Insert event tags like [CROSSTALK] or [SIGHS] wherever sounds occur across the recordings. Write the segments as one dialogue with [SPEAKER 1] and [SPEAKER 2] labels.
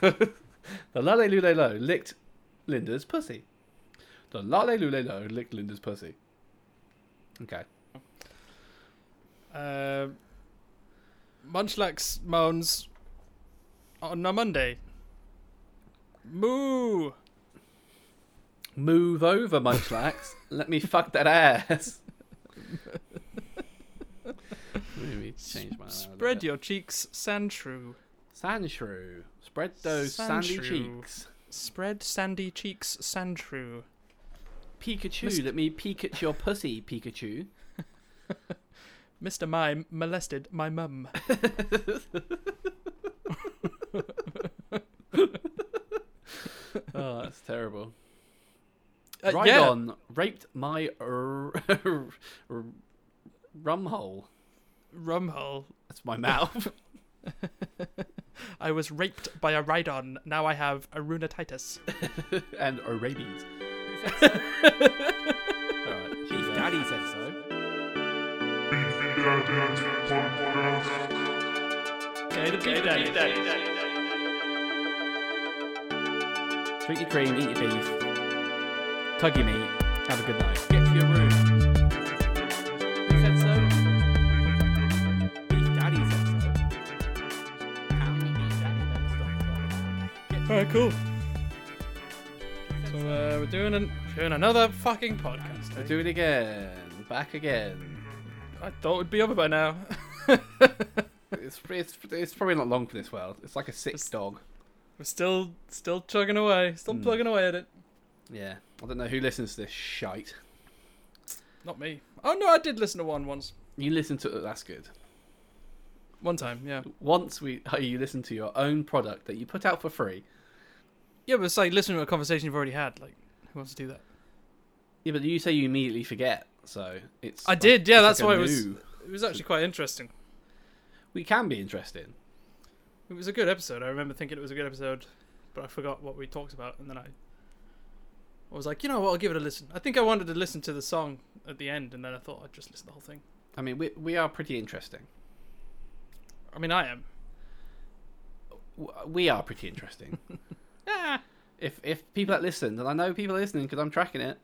[SPEAKER 1] the lale lule lo licked Linda's pussy. The lale lule lo licked Linda's pussy. Okay.
[SPEAKER 2] Um, Munchlax moans on a Monday. Moo!
[SPEAKER 1] Move over, Munchlax. Let me fuck that ass. Let me change my line a little
[SPEAKER 2] Spread
[SPEAKER 1] bit.
[SPEAKER 2] your cheeks, Sandshrew.
[SPEAKER 1] Sandshrew. Spread those sandy
[SPEAKER 2] Sandshrew.
[SPEAKER 1] cheeks.
[SPEAKER 2] Spread sandy cheeks, Sandshrew.
[SPEAKER 1] Pikachu,
[SPEAKER 2] Mis-
[SPEAKER 1] let me peek at your pussy, Pikachu.
[SPEAKER 2] Mr. Mime molested my mum.
[SPEAKER 1] Oh, that's terrible.
[SPEAKER 2] Uh, yeah.
[SPEAKER 1] Rhydon raped my r- r- rum hole.
[SPEAKER 2] Rumhole.
[SPEAKER 1] That's my mouth.
[SPEAKER 2] I was raped by a Rhydon. Now I have a runatitis.
[SPEAKER 1] and a [LAUGHS] rabies. Alright,
[SPEAKER 3] Beef
[SPEAKER 1] she's out.
[SPEAKER 3] Daddy said so. Drink your cream, eat your beef, tug your meat, have a good night. Get to your room. Who said so? Beef Daddy said so. How many Beef Daddy don't stop?
[SPEAKER 2] Alright, cool. So uh, we're doing an, doing another fucking podcast. eh?
[SPEAKER 1] We'll do it again. Back again.
[SPEAKER 2] I thought it'd be over by now.
[SPEAKER 1] It's, it's, it's probably not long for this world. It's like a sick dog.
[SPEAKER 2] we're still still chugging away, still plugging away at it.
[SPEAKER 1] Yeah. I don't know who listens to this shite.
[SPEAKER 2] Not me. Oh no, I did listen to one once.
[SPEAKER 1] You listen to That's good.
[SPEAKER 2] One time, yeah.
[SPEAKER 1] Once we [LAUGHS] oh, you listen to your own product that you put out for free.
[SPEAKER 2] Yeah, but it's like listening to a conversation you've already had. Like, who wants to do that?
[SPEAKER 1] Yeah, but you say you immediately forget. So it's.
[SPEAKER 2] I
[SPEAKER 1] like-
[SPEAKER 2] did, yeah.
[SPEAKER 1] it's
[SPEAKER 2] That's
[SPEAKER 1] like
[SPEAKER 2] why
[SPEAKER 1] a
[SPEAKER 2] it was.
[SPEAKER 1] new-
[SPEAKER 2] It was actually quite interesting.
[SPEAKER 1] We can be interesting.
[SPEAKER 2] It was a good episode. I remember thinking it was a good episode, but I forgot what we talked about, and then I, I was like, you know what? I'll give it a listen. I think I wanted to listen to the song at the end, and then I thought I'd just listen to the whole thing.
[SPEAKER 1] I mean, we we are pretty interesting.
[SPEAKER 2] I mean, I am.
[SPEAKER 1] W- We are pretty interesting.
[SPEAKER 2] Ah.
[SPEAKER 1] if if people that listened, and I know people are listening because I'm tracking it.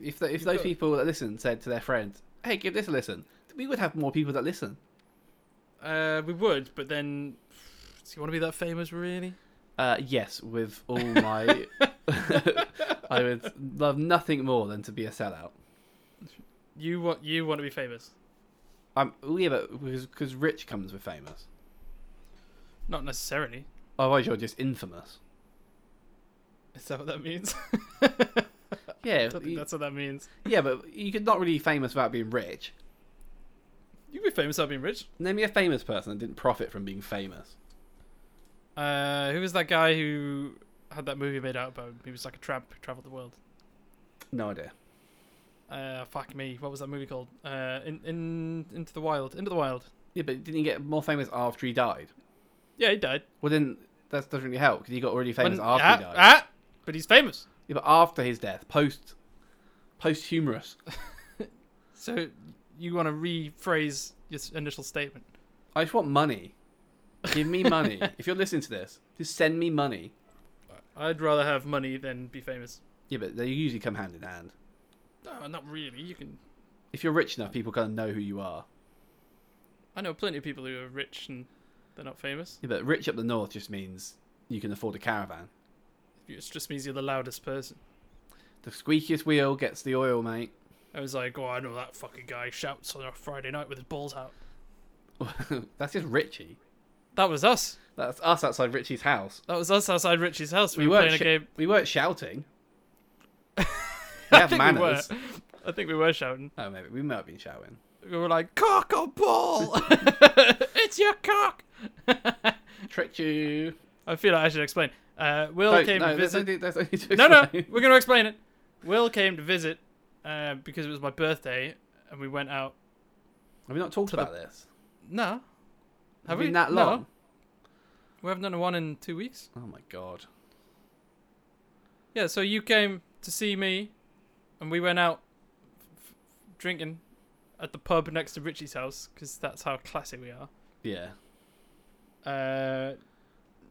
[SPEAKER 1] If the, if those
[SPEAKER 2] got-
[SPEAKER 1] people that listened said to their friends, "Hey, give this a listen," we would have more people that listen.
[SPEAKER 2] Uh, we would, but then, do you want to be that famous, really?
[SPEAKER 1] Uh, yes, with all
[SPEAKER 2] [LAUGHS]
[SPEAKER 1] my, I would love nothing more than to be a sellout.
[SPEAKER 2] You want you want to be famous?
[SPEAKER 1] I'm yeah, but because rich comes with famous.
[SPEAKER 2] Not necessarily.
[SPEAKER 1] Otherwise, you're just infamous.
[SPEAKER 2] Is that what
[SPEAKER 1] [LAUGHS]
[SPEAKER 2] that means? [LAUGHS]
[SPEAKER 1] Yeah,
[SPEAKER 2] I don't think
[SPEAKER 1] you-
[SPEAKER 2] that's what that means.
[SPEAKER 1] yeah, but you could not really be famous without being rich.
[SPEAKER 2] You can be famous without being rich.
[SPEAKER 1] Name me a famous person that didn't profit from being famous.
[SPEAKER 2] Uh, who was that guy who had that movie made out about him? He was like a tramp who traveled the world.
[SPEAKER 1] No idea.
[SPEAKER 2] Uh, fuck me. What was that movie called? Uh, in in into the wild. Into the wild.
[SPEAKER 1] Yeah, but didn't he get more famous after he died?
[SPEAKER 2] Yeah, he died.
[SPEAKER 1] Well, then that doesn't really help because he got already famous
[SPEAKER 2] When-
[SPEAKER 1] after
[SPEAKER 2] ah,
[SPEAKER 1] he died.
[SPEAKER 2] ah, but he's famous.
[SPEAKER 1] Yeah, but after his death, post, posthumous.
[SPEAKER 2] So you want to rephrase your s- initial statement?
[SPEAKER 1] I just want money. Give me
[SPEAKER 2] [LAUGHS]
[SPEAKER 1] money. if you're listening to this, just send me money.
[SPEAKER 2] I'd rather have money than be famous.
[SPEAKER 1] Yeah, but they usually come hand in hand.
[SPEAKER 2] No, not really. You can.
[SPEAKER 1] If you're rich enough, people kind of know who you are.
[SPEAKER 2] I know plenty of people who are rich and they're not famous.
[SPEAKER 1] Yeah, but rich up the north just means you can afford a caravan.
[SPEAKER 2] It just means you're the loudest person.
[SPEAKER 1] The squeakiest wheel gets the oil, mate. [LAUGHS]
[SPEAKER 2] I was like, oh, I know that fucking guy shouts on a Friday night with his balls out.
[SPEAKER 1] That's just Richie.
[SPEAKER 2] That was us.
[SPEAKER 1] That's us outside Richie's house.
[SPEAKER 2] That was us outside Richie's house. We,
[SPEAKER 1] We
[SPEAKER 2] were
[SPEAKER 1] weren't.
[SPEAKER 2] playing
[SPEAKER 1] sh-
[SPEAKER 2] a game.
[SPEAKER 1] We weren't
[SPEAKER 2] [LAUGHS]
[SPEAKER 1] shouting. we have
[SPEAKER 2] I think
[SPEAKER 1] manners.
[SPEAKER 2] we were. I think we were shouting.
[SPEAKER 1] Oh, maybe we might have been shouting.
[SPEAKER 2] We were like, cock
[SPEAKER 1] [LAUGHS]
[SPEAKER 2] or ball? [LAUGHS] it's your cock. [LAUGHS]
[SPEAKER 1] Tricked you.
[SPEAKER 2] I feel like I should explain. Uh, Will
[SPEAKER 1] No,
[SPEAKER 2] came
[SPEAKER 1] no,
[SPEAKER 2] to
[SPEAKER 1] there's
[SPEAKER 2] visit.
[SPEAKER 1] only, there's only two
[SPEAKER 2] [LAUGHS] No, no,
[SPEAKER 1] explain.
[SPEAKER 2] we're going to explain it. Will came to visit uh, because it was my birthday and we went out.
[SPEAKER 1] Have we not talked
[SPEAKER 2] the-
[SPEAKER 1] about this?
[SPEAKER 2] No. Have
[SPEAKER 1] It's been
[SPEAKER 2] we?
[SPEAKER 1] that
[SPEAKER 2] No.
[SPEAKER 1] long?
[SPEAKER 2] We haven't done a one in two weeks.
[SPEAKER 1] Oh my god.
[SPEAKER 2] Yeah, so you came to see me, and we went out f- f- drinking at the pub next to Richie's house because that's how classy we are.
[SPEAKER 1] Yeah.
[SPEAKER 2] Uh,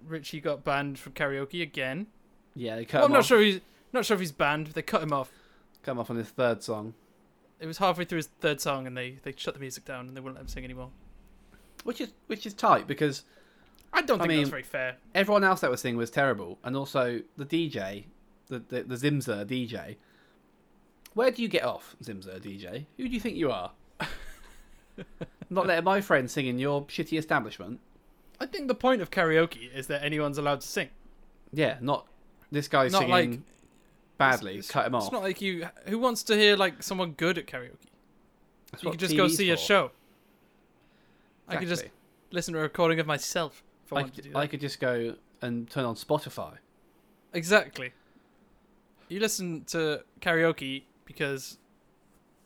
[SPEAKER 2] Richie got banned from karaoke again.
[SPEAKER 1] Yeah, they cut
[SPEAKER 2] Well, I'm
[SPEAKER 1] him
[SPEAKER 2] not
[SPEAKER 1] off.
[SPEAKER 2] sure he's not sure if he's banned. They cut him off.
[SPEAKER 1] Cut him off on his third song,
[SPEAKER 2] It was halfway through his third song, and they, they shut the music down and they wouldn't let him sing anymore.
[SPEAKER 1] which is which is tight because
[SPEAKER 2] I don't
[SPEAKER 1] I
[SPEAKER 2] think
[SPEAKER 1] mean-
[SPEAKER 2] that's very fair.
[SPEAKER 1] everyone else that was singing was terrible, and also the DJ, the the, the Zimzer DJ. Where do you get off, Zimzer DJ? Who do you think you
[SPEAKER 2] [LAUGHS]
[SPEAKER 1] are? Not letting my friend sing in your shitty establishment.
[SPEAKER 2] I think the point of karaoke is that anyone's allowed to sing.
[SPEAKER 1] Yeah, not this guy
[SPEAKER 2] Not
[SPEAKER 1] singing
[SPEAKER 2] like-
[SPEAKER 1] badly.
[SPEAKER 2] It's-
[SPEAKER 1] cut him
[SPEAKER 2] it's
[SPEAKER 1] off.
[SPEAKER 2] not like you. Who wants to hear like someone good at karaoke?
[SPEAKER 1] That's
[SPEAKER 2] you
[SPEAKER 1] what
[SPEAKER 2] could just go
[SPEAKER 1] TV's
[SPEAKER 2] see a
[SPEAKER 1] for.
[SPEAKER 2] show. I could just
[SPEAKER 1] Exactly.
[SPEAKER 2] listen to a recording of myself. If I,
[SPEAKER 1] I, could-
[SPEAKER 2] wanted to do that.
[SPEAKER 1] I could just go and turn on Spotify.
[SPEAKER 2] Exactly. You listen to karaoke because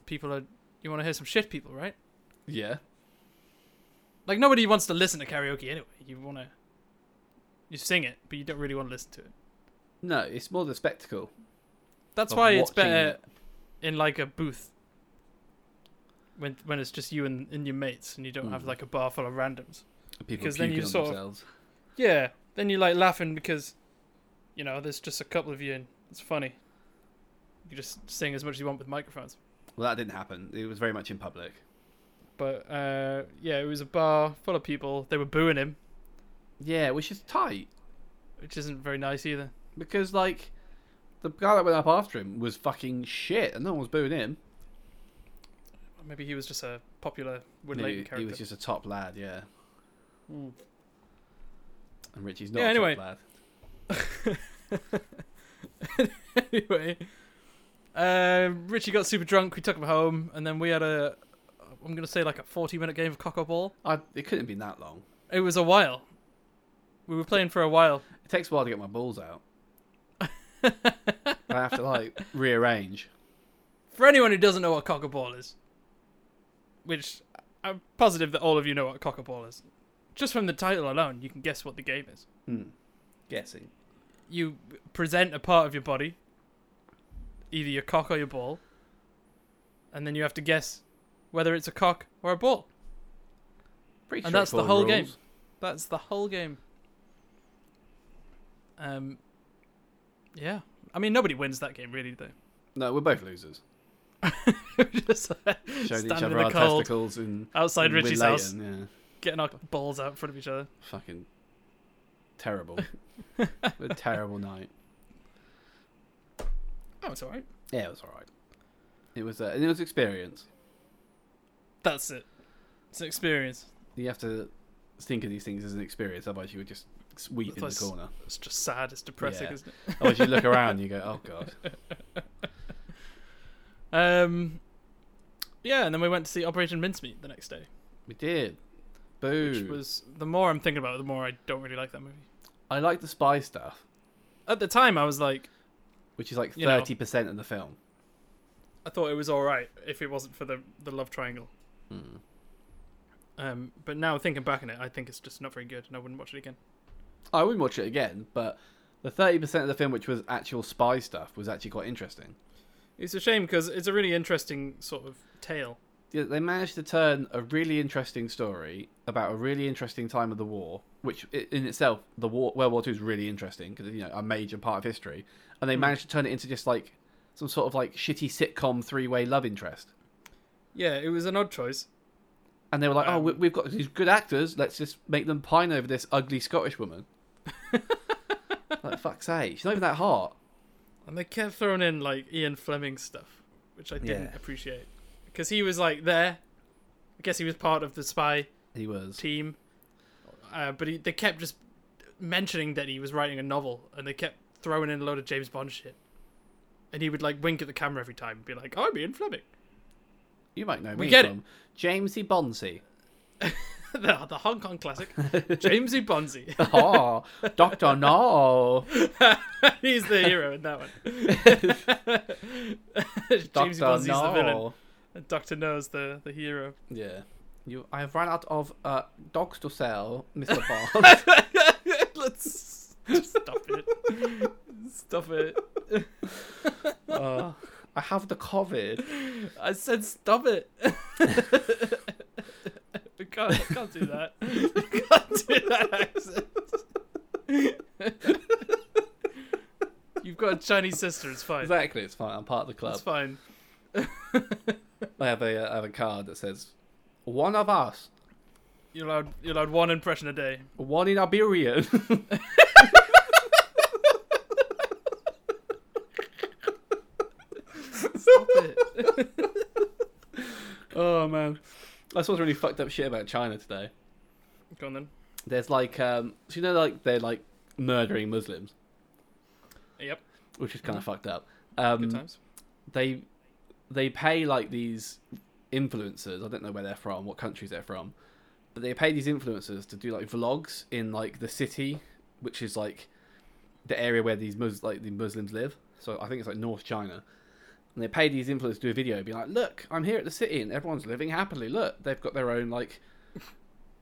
[SPEAKER 2] people are. You want to hear some shit people, right?
[SPEAKER 1] Yeah.
[SPEAKER 2] Like, nobody wants to listen to karaoke anyway. You want to. You sing it, but you don't really want to listen to it.
[SPEAKER 1] No, it's more the spectacle.
[SPEAKER 2] That's
[SPEAKER 1] Of
[SPEAKER 2] why it's
[SPEAKER 1] watching
[SPEAKER 2] better in, like, a booth. When, when it's just you and, and your mates and you don't have
[SPEAKER 1] Mm.
[SPEAKER 2] like a bar full of randoms.
[SPEAKER 1] People
[SPEAKER 2] Because then
[SPEAKER 1] puking
[SPEAKER 2] you
[SPEAKER 1] on
[SPEAKER 2] sort of-
[SPEAKER 1] themselves.
[SPEAKER 2] Yeah. Then you're like laughing because you know, there's just a couple of you and it's funny. You just sing as much as you want with microphones.
[SPEAKER 1] Well, that didn't happen. It was very much in public.
[SPEAKER 2] But uh, yeah, it was a bar full of people. They were booing him,
[SPEAKER 1] Yeah, which is tight
[SPEAKER 2] which isn't very nice either.
[SPEAKER 1] because like the guy that went up after him was fucking shit, and no one was booing him.
[SPEAKER 2] Maybe he was just a popular
[SPEAKER 1] he,
[SPEAKER 2] related
[SPEAKER 1] he
[SPEAKER 2] character.
[SPEAKER 1] was just a top lad, yeah.
[SPEAKER 2] Mm.
[SPEAKER 1] And Richie's not
[SPEAKER 2] Yeah,
[SPEAKER 1] a
[SPEAKER 2] anyway.
[SPEAKER 1] top lad.
[SPEAKER 2] [LAUGHS] anyway, uh, Richie got super drunk. We took him home, and then we had a, I'm gonna say like a 40 minute game of cock or ball.
[SPEAKER 1] I, it couldn't have been that long.
[SPEAKER 2] It was a while. We were playing for a while.
[SPEAKER 1] It takes a while to get my balls
[SPEAKER 2] [LAUGHS]
[SPEAKER 1] out. I have to like rearrange.
[SPEAKER 2] For anyone who doesn't know what cock or ball is, which I'm positive that all of you know what cock or ball is, just from the title alone, you can guess what the game is.
[SPEAKER 1] Hmm. Guessing.
[SPEAKER 2] you present a part of your body, either your cock or your ball, and then you have to guess whether it's a cock or a ball.
[SPEAKER 1] Pretty
[SPEAKER 2] And that's the
[SPEAKER 1] straightforward
[SPEAKER 2] whole game.
[SPEAKER 1] rules.
[SPEAKER 2] That's the whole game. Um, yeah. I mean, nobody wins that game, really, do
[SPEAKER 1] No, we're both losers.
[SPEAKER 2] they? [LAUGHS] Just uh,
[SPEAKER 1] Showed
[SPEAKER 2] standing
[SPEAKER 1] each other
[SPEAKER 2] in
[SPEAKER 1] our
[SPEAKER 2] the cold
[SPEAKER 1] testicles and
[SPEAKER 2] outside
[SPEAKER 1] and with
[SPEAKER 2] Richie's
[SPEAKER 1] Leighton,
[SPEAKER 2] house,
[SPEAKER 1] Yeah.
[SPEAKER 2] getting our balls out in front of each other.
[SPEAKER 1] Fucking
[SPEAKER 2] [LAUGHS]
[SPEAKER 1] terrible. a terrible night.
[SPEAKER 2] Oh, it's alright.
[SPEAKER 1] Yeah, it was all right. It was, uh, and it was experience.
[SPEAKER 2] That's it. It's an experience.
[SPEAKER 1] You have to think of these things as an experience, otherwise you would just weep in the
[SPEAKER 2] Otherwise-
[SPEAKER 1] corner.
[SPEAKER 2] It's just sad. It's depressing,
[SPEAKER 1] Yeah.
[SPEAKER 2] isn't it?
[SPEAKER 1] otherwise you look around and you go, "Oh
[SPEAKER 2] [LAUGHS]
[SPEAKER 1] god."
[SPEAKER 2] Um, yeah, and then we went to see Operation Mincemeat the next day.
[SPEAKER 1] We did. Boo.
[SPEAKER 2] which was the more I'm thinking about it, the more I don't really like that movie.
[SPEAKER 1] I like the spy stuff,
[SPEAKER 2] At the time, I was like,
[SPEAKER 1] which is like
[SPEAKER 2] You know.
[SPEAKER 1] thirty percent of the film.
[SPEAKER 2] I thought it was all right if it wasn't for the the love triangle.
[SPEAKER 1] Hmm.
[SPEAKER 2] Um, but now thinking back on it, I think it's just not very good, and I wouldn't watch it again.
[SPEAKER 1] I wouldn't watch it again, but the thirty percent of the film, which was actual spy stuff, was actually quite interesting.
[SPEAKER 2] It's a shame because it's a really interesting sort of tale.
[SPEAKER 1] Yeah, they managed to turn a really interesting story about a really interesting time of the war, which i- in itself, the war, World War Two is really interesting because you know a major part of history, and they
[SPEAKER 2] Hmm.
[SPEAKER 1] managed to turn it into just like some sort of like shitty sitcom three-way love interest.
[SPEAKER 2] Yeah, it was an odd choice.
[SPEAKER 1] And they were like, "Oh,
[SPEAKER 2] Um,
[SPEAKER 1] we, we've got these good actors. Let's just make them pine over this ugly Scottish
[SPEAKER 2] [LAUGHS]
[SPEAKER 1] woman." like fuck's sake, she's not even that hot.
[SPEAKER 2] And they kept throwing in like Ian Fleming stuff, which I didn't
[SPEAKER 1] Yeah.
[SPEAKER 2] appreciate because he was like there. I guess he was part of the spy
[SPEAKER 1] He was.
[SPEAKER 2] team, uh, but he, they kept just mentioning that he was writing a novel, and they kept throwing in a load of James Bond shit. And he would like wink at the camera every time, and be like, "I'm Ian Fleming." [LAUGHS]
[SPEAKER 1] You might know me
[SPEAKER 2] We get it.
[SPEAKER 1] from E. Jamesy [LAUGHS] Bondsey.
[SPEAKER 2] the, the Hong Kong [LAUGHS] classic, Jamesy Bonzi. [LAUGHS]
[SPEAKER 1] oh, Doctor No.
[SPEAKER 2] He's the hero in that one. [LAUGHS]
[SPEAKER 1] Doctor
[SPEAKER 2] Jamesy E. Bonzi's
[SPEAKER 1] No.
[SPEAKER 2] the villain, and Doctor No's the the hero.
[SPEAKER 1] Yeah. You, I've run out of uh, dogs to sell, [LAUGHS] Mr. Bond.
[SPEAKER 2] [LAUGHS] Let's just stop it. [LAUGHS] Stop it.
[SPEAKER 1] uh, I have the COVID.
[SPEAKER 2] I said stop it. [LAUGHS] [LAUGHS] I can't, I can't do that. I can't do that accent. [LAUGHS] You've got a Chinese sister. It's fine.
[SPEAKER 1] Exactly, it's fine. I'm part of the club.
[SPEAKER 2] It's fine.
[SPEAKER 1] I have a, I have a card that says, "One of us,
[SPEAKER 2] You're allowed. You're allowed one impression a day.
[SPEAKER 1] one in [LAUGHS] Iberia."
[SPEAKER 2] Stop it. [LAUGHS]
[SPEAKER 1] oh man, I saw some really fucked up shit about China today.
[SPEAKER 2] Go on then.
[SPEAKER 1] There's like, um, so you know, like they're like murdering Muslims,
[SPEAKER 2] Yep.
[SPEAKER 1] which is kind of fucked up.
[SPEAKER 2] Good
[SPEAKER 1] Um,
[SPEAKER 2] times.
[SPEAKER 1] they they pay like these influencers. I don't know where they're from, what countries they're from, but they pay these influencers to do like vlogs in like the city, which is like the area where these Mus- like the Muslims live. So I think it's like North China. And they pay these influencers to do a video, be like, "Look, I'm here at the city, and everyone's living happily. Look, they've got their own like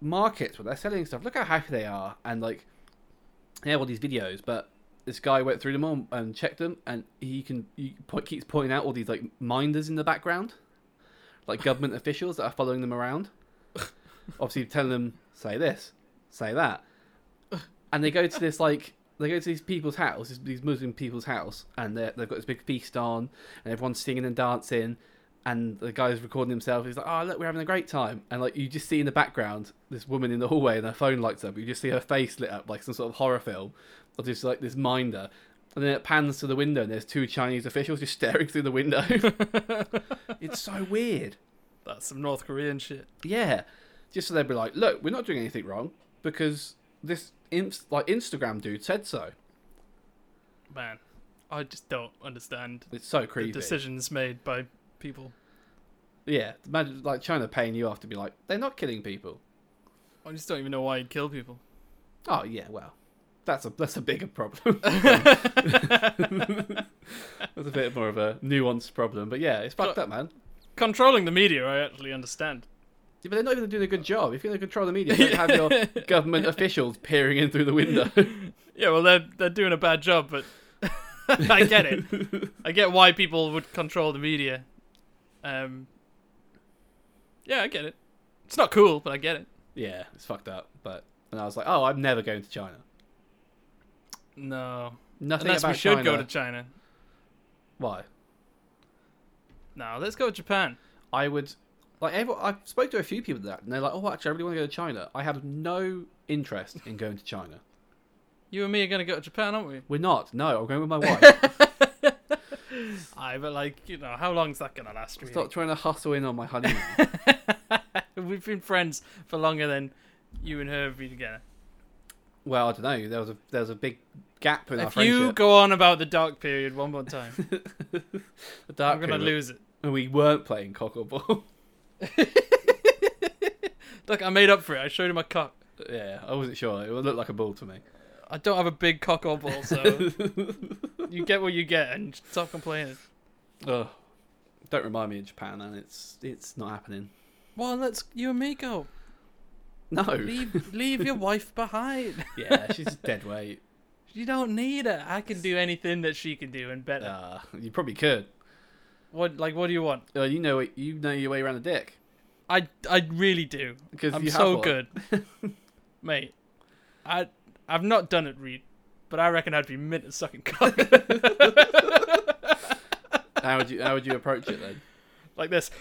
[SPEAKER 1] markets where they're selling stuff. Look how happy they are." And like, they have all these videos, but this guy went through them all and checked them, and he can he po- keeps pointing out all these like minders in the background, like government officials that are following them around, obviously telling them say this, say that, and they go to this like they go to these people's house, this- these Muslim people's house, and they they've got this big feast on, and everyone's singing and dancing. And the guy's recording himself. He's like, "Oh, look, we're having a great time." And like, you just see in the background this woman in the hallway, and her phone lights up. You just see her face lit up like some sort of horror film of just like this minder. And then it pans to the window, and there's two Chinese officials just [LAUGHS] staring through the window. it's so weird.
[SPEAKER 2] That's some North Korean shit.
[SPEAKER 1] Yeah, just so they'd be like, "Look, we're not doing anything wrong because this inst- like Instagram dude said so."
[SPEAKER 2] Man, I just don't understand
[SPEAKER 1] It's so
[SPEAKER 2] the
[SPEAKER 1] creepy.
[SPEAKER 2] decisions made by people.
[SPEAKER 1] Yeah, imagine like China paying you off to be like, "They're not killing people."
[SPEAKER 2] I just don't even know why you'd kill people.
[SPEAKER 1] Oh yeah, well, that's a that's a bigger
[SPEAKER 2] [LAUGHS]
[SPEAKER 1] problem. [LAUGHS] that's a bit more of a nuanced problem, but yeah, it's fucked up, man.
[SPEAKER 2] Controlling the media, I actually understand.
[SPEAKER 1] Yeah, but they're not even doing a good job. If you're going to control the
[SPEAKER 2] [LAUGHS]
[SPEAKER 1] media, don't have your government officials peering in through the window.
[SPEAKER 2] Yeah, well, they're they're doing a bad job, but [LAUGHS] I get it. I get why people would control the media. Um, yeah, I get it. It's not cool, but I get it.
[SPEAKER 1] yeah, it's fucked up. But and I was like, oh, I'm never going to China.
[SPEAKER 2] No,
[SPEAKER 1] Nothing
[SPEAKER 2] unless
[SPEAKER 1] about
[SPEAKER 2] we should
[SPEAKER 1] China.
[SPEAKER 2] go to China.
[SPEAKER 1] Why?
[SPEAKER 2] No, let's go to Japan.
[SPEAKER 1] I would like. Everyone, I spoke to a few people that, and they're like, oh, actually, I really want to go to China. I have no interest in going to China.
[SPEAKER 2] You and me are gonna go to Japan, aren't we?
[SPEAKER 1] We're not. No, I'm going with my
[SPEAKER 2] [LAUGHS]
[SPEAKER 1] wife.
[SPEAKER 2] I but like you know, how long's that gonna last? Really?
[SPEAKER 1] Stop trying to hustle in on my honeymoon.
[SPEAKER 2] We've been friends for longer than you and her have been together.
[SPEAKER 1] well, I don't know. There was a there was a big gap in our
[SPEAKER 2] if
[SPEAKER 1] friendship.
[SPEAKER 2] you go on about the dark period one more
[SPEAKER 1] [LAUGHS]
[SPEAKER 2] time,
[SPEAKER 1] The
[SPEAKER 2] I'm
[SPEAKER 1] dark
[SPEAKER 2] gonna
[SPEAKER 1] period,
[SPEAKER 2] lose it.
[SPEAKER 1] And we weren't playing cock or ball. [LAUGHS]
[SPEAKER 2] [LAUGHS] Look, I made up for it. I showed him my cock.
[SPEAKER 1] yeah, I wasn't sure. It looked like a ball to me. [LAUGHS]
[SPEAKER 2] I don't have a big cock or ball, so you get what you get, and stop complaining.
[SPEAKER 1] Ugh. Don't remind me of Japan, and it's it's not happening.
[SPEAKER 2] Well, let's you and me go.
[SPEAKER 1] No.
[SPEAKER 2] Leave leave your wife behind.
[SPEAKER 1] [LAUGHS]
[SPEAKER 2] [LAUGHS]
[SPEAKER 1] yeah, she's dead weight.
[SPEAKER 2] You don't need her. I can do anything that she can do and better.
[SPEAKER 1] Uh, you probably could.
[SPEAKER 2] What like what do you want?
[SPEAKER 1] Uh, you know it- you know your way around a dick
[SPEAKER 2] I I really do.
[SPEAKER 1] because
[SPEAKER 2] I'm
[SPEAKER 1] you have
[SPEAKER 2] so
[SPEAKER 1] one.
[SPEAKER 2] good, mate. I I've not done it, Reed, but I reckon I'd be mint at sucking cock
[SPEAKER 1] [LAUGHS]
[SPEAKER 2] [LAUGHS]
[SPEAKER 1] How would you how would you approach it then?
[SPEAKER 2] like [LAUGHS] this.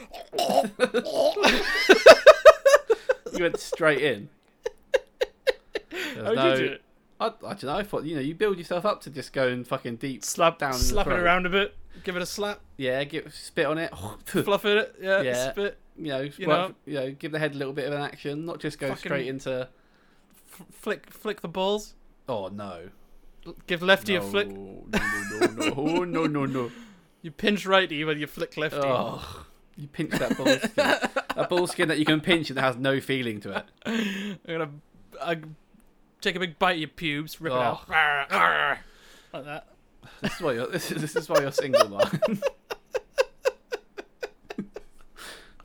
[SPEAKER 1] You went straight in. There
[SPEAKER 2] How
[SPEAKER 1] was
[SPEAKER 2] would
[SPEAKER 1] no-
[SPEAKER 2] you do it?
[SPEAKER 1] I, I don't know. I thought you know you build yourself up to just going fucking deep.
[SPEAKER 2] Slap
[SPEAKER 1] down in the
[SPEAKER 2] slap it
[SPEAKER 1] throat.
[SPEAKER 2] around a bit. Give it a slap.
[SPEAKER 1] Yeah, give, spit on it. [LAUGHS] you
[SPEAKER 2] Fluff it. Yeah.
[SPEAKER 1] Yeah.
[SPEAKER 2] Spit.
[SPEAKER 1] know,
[SPEAKER 2] You
[SPEAKER 1] work- you know, give the head a little bit of an action, not just go
[SPEAKER 2] Fucking-
[SPEAKER 1] straight into.
[SPEAKER 2] F- flick flick the balls.
[SPEAKER 1] Oh no!
[SPEAKER 2] L- Give lefty
[SPEAKER 1] no,
[SPEAKER 2] a flick.
[SPEAKER 1] No, no, no, no, oh, no, no,
[SPEAKER 2] [LAUGHS]
[SPEAKER 1] no.
[SPEAKER 2] You pinch righty when you flick lefty.
[SPEAKER 1] Oh, you pinch that ball skin. that ball skin that you can pinch and that has no feeling to it.
[SPEAKER 2] [LAUGHS] I'm gonna I, take a big bite of your pubes, rip it
[SPEAKER 1] Oh.
[SPEAKER 2] out, Arr, arr, [LAUGHS] like that.
[SPEAKER 1] This is why you're, [LAUGHS] this is, this is why you're single, man. [LAUGHS]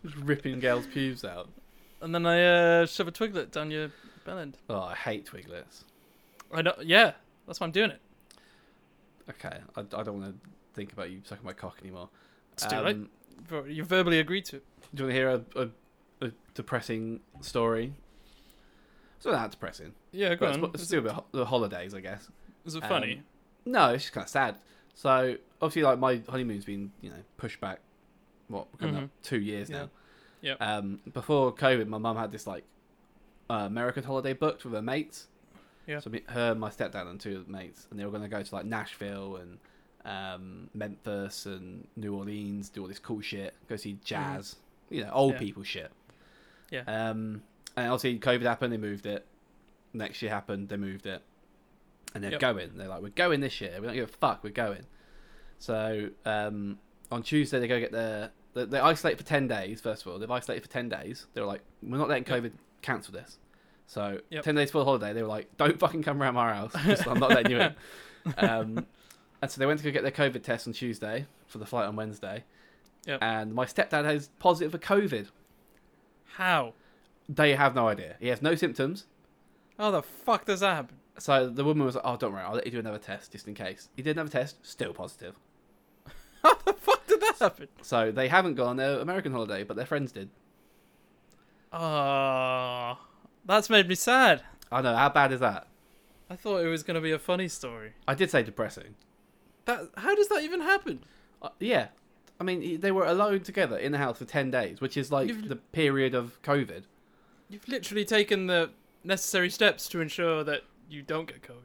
[SPEAKER 1] Just ripping girls' pubes out.
[SPEAKER 2] And then I uh, shove a twiglet down your bellend.
[SPEAKER 1] Oh, I hate twiglets.
[SPEAKER 2] I know. Yeah, that's why I'm doing it.
[SPEAKER 1] Okay, I, I don't want to think about you sucking my cock anymore.
[SPEAKER 2] It's too
[SPEAKER 1] Um,
[SPEAKER 2] late. Ver- You verbally agreed to it.
[SPEAKER 1] Do you want to hear a, a, a depressing story? It's not that depressing.
[SPEAKER 2] Yeah, go
[SPEAKER 1] But
[SPEAKER 2] on.
[SPEAKER 1] it's, it's
[SPEAKER 2] Is,
[SPEAKER 1] still about the holidays, I guess.
[SPEAKER 2] is it
[SPEAKER 1] um,
[SPEAKER 2] funny?
[SPEAKER 1] No, it's just kind of sad. So obviously, like my honeymoon's been you know pushed back what coming up two years
[SPEAKER 2] Mm-hmm. Yeah.
[SPEAKER 1] now.
[SPEAKER 2] Yep.
[SPEAKER 1] Um, before COVID, my mum had this like uh, American holiday booked with her mates.
[SPEAKER 2] Yeah.
[SPEAKER 1] So me, her, my stepdad, and two of the mates, and they were going to go to like Nashville and um, Memphis and New Orleans, do all this cool shit, go see jazz, you know, old
[SPEAKER 2] Mm-hmm. Yeah.
[SPEAKER 1] people shit.
[SPEAKER 2] Yeah.
[SPEAKER 1] Um, and obviously, COVID happened, they moved it. Next year happened, they moved it. And they're
[SPEAKER 2] Yep.
[SPEAKER 1] going. They're like, we're going this year. We don't give a fuck. We're going. So um, on Tuesday they go get their they, they isolate for ten days. First of all, they've isolated for ten days. They were like, we're not letting
[SPEAKER 2] Yep.
[SPEAKER 1] COVID cancel this. So
[SPEAKER 2] Yep.
[SPEAKER 1] ten days full holiday. They were like, don't fucking come around my house. Just- I'm not letting you
[SPEAKER 2] [LAUGHS]
[SPEAKER 1] in. Um, and so they went to go get their COVID test on Tuesday for the flight on Wednesday.
[SPEAKER 2] Yep.
[SPEAKER 1] And my stepdad has positive for COVID.
[SPEAKER 2] How?
[SPEAKER 1] They have no idea. He has no symptoms.
[SPEAKER 2] How the fuck does that happen? [LAUGHS]
[SPEAKER 1] So the woman was like, "Oh, don't worry, I'll let you do another test just in case." He did another test, still positive.
[SPEAKER 2] How the fuck did that happen?
[SPEAKER 1] So they haven't gone on their American holiday, but their friends did.
[SPEAKER 2] Ah, that's made me sad.
[SPEAKER 1] I know. How bad is that?
[SPEAKER 2] I thought it was gonna be a funny story.
[SPEAKER 1] I did say depressing.
[SPEAKER 2] That how does that even happen?
[SPEAKER 1] Uh, yeah, I mean y- they were alone together in the house for ten days, which is like
[SPEAKER 2] You've-
[SPEAKER 1] the period of COVID.
[SPEAKER 2] You've literally taken the necessary steps to ensure that you don't get COVID.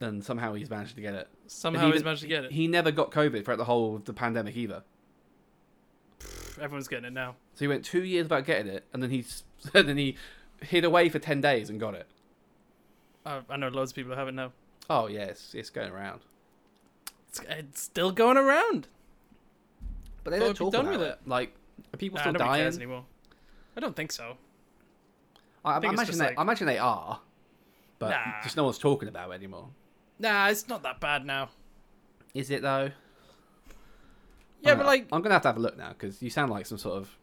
[SPEAKER 1] And somehow he's managed to get it. And
[SPEAKER 2] Somehow
[SPEAKER 1] he
[SPEAKER 2] he's
[SPEAKER 1] didn't-
[SPEAKER 2] managed to get it.
[SPEAKER 1] He never got COVID throughout the whole of the pandemic either.
[SPEAKER 2] Everyone's getting it now.
[SPEAKER 1] So he went two years without getting it, and then he s- [LAUGHS] and then he hid away for ten days and got it.
[SPEAKER 2] I, I know loads of people who haven't now.
[SPEAKER 1] Oh yes, it's, it's going around.
[SPEAKER 2] It's, it's still going around.
[SPEAKER 1] But they
[SPEAKER 2] Well,
[SPEAKER 1] don't
[SPEAKER 2] it'd be
[SPEAKER 1] talk
[SPEAKER 2] done
[SPEAKER 1] about
[SPEAKER 2] with
[SPEAKER 1] it. Like are people
[SPEAKER 2] Nah,
[SPEAKER 1] still
[SPEAKER 2] nobody cares
[SPEAKER 1] dying.
[SPEAKER 2] anymore. I don't think so.
[SPEAKER 1] I, I,
[SPEAKER 2] think it's
[SPEAKER 1] imagine
[SPEAKER 2] just
[SPEAKER 1] they,
[SPEAKER 2] like-
[SPEAKER 1] I imagine they are, but
[SPEAKER 2] Nah.
[SPEAKER 1] just no one's talking about it anymore.
[SPEAKER 2] Nah, it's not that bad now.
[SPEAKER 1] Is it though?
[SPEAKER 2] Yeah,
[SPEAKER 1] I'm
[SPEAKER 2] but
[SPEAKER 1] gonna-
[SPEAKER 2] like,
[SPEAKER 1] Uh, I'm gonna have to have a look now because you sound like some sort of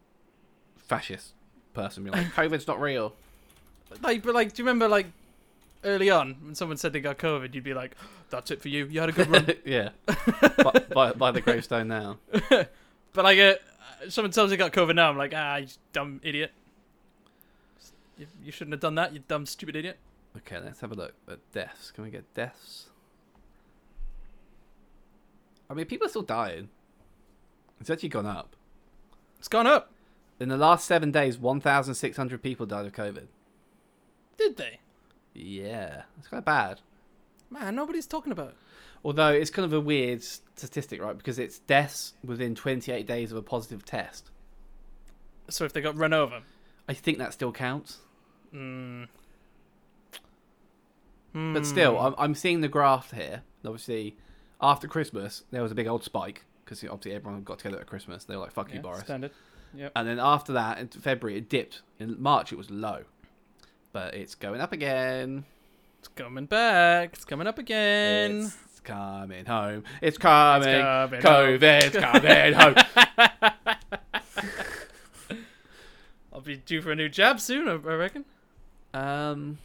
[SPEAKER 1] fascist person. You're like, COVID's not real.
[SPEAKER 2] like, but like, do you remember like early on when someone said they got COVID, you'd be like, "Oh, "That's it for you. You had a good run."
[SPEAKER 1] [LAUGHS] [LAUGHS] yeah, by, by, by the gravestone now.
[SPEAKER 2] but like, uh, someone tells me they got COVID now, I'm like, "Ah, you dumb idiot. You, you shouldn't have done that. You dumb stupid idiot."
[SPEAKER 1] Okay, let's have a look at deaths. Can we get deaths? I mean, people are still dying. It's actually gone up.
[SPEAKER 2] It's gone up.
[SPEAKER 1] In the last seven days, 1,600 people died of COVID.
[SPEAKER 2] Did they?
[SPEAKER 1] Yeah, it's kind of bad.
[SPEAKER 2] Man, nobody's talking about it.
[SPEAKER 1] Although it's kind of a weird statistic, right? Because it's deaths within 28 days of a positive test.
[SPEAKER 2] So if they got run over,
[SPEAKER 1] I think that still counts.
[SPEAKER 2] mm. Hmm.
[SPEAKER 1] But still, I'm, I'm seeing the graph here. And Obviously, after Christmas, there was a big old spike because obviously everyone got together at Christmas. They were like, fuck you, Boris.
[SPEAKER 2] standard.
[SPEAKER 1] And then after that, in February, it dipped. In March, it was low. But it's going up again.
[SPEAKER 2] It's coming back. It's coming up again.
[SPEAKER 1] It's coming home. It's coming.
[SPEAKER 2] coming
[SPEAKER 1] COVID's coming home.
[SPEAKER 2] I'll be due for a new jab soon, I I reckon. [LAUGHS]
[SPEAKER 1] Um,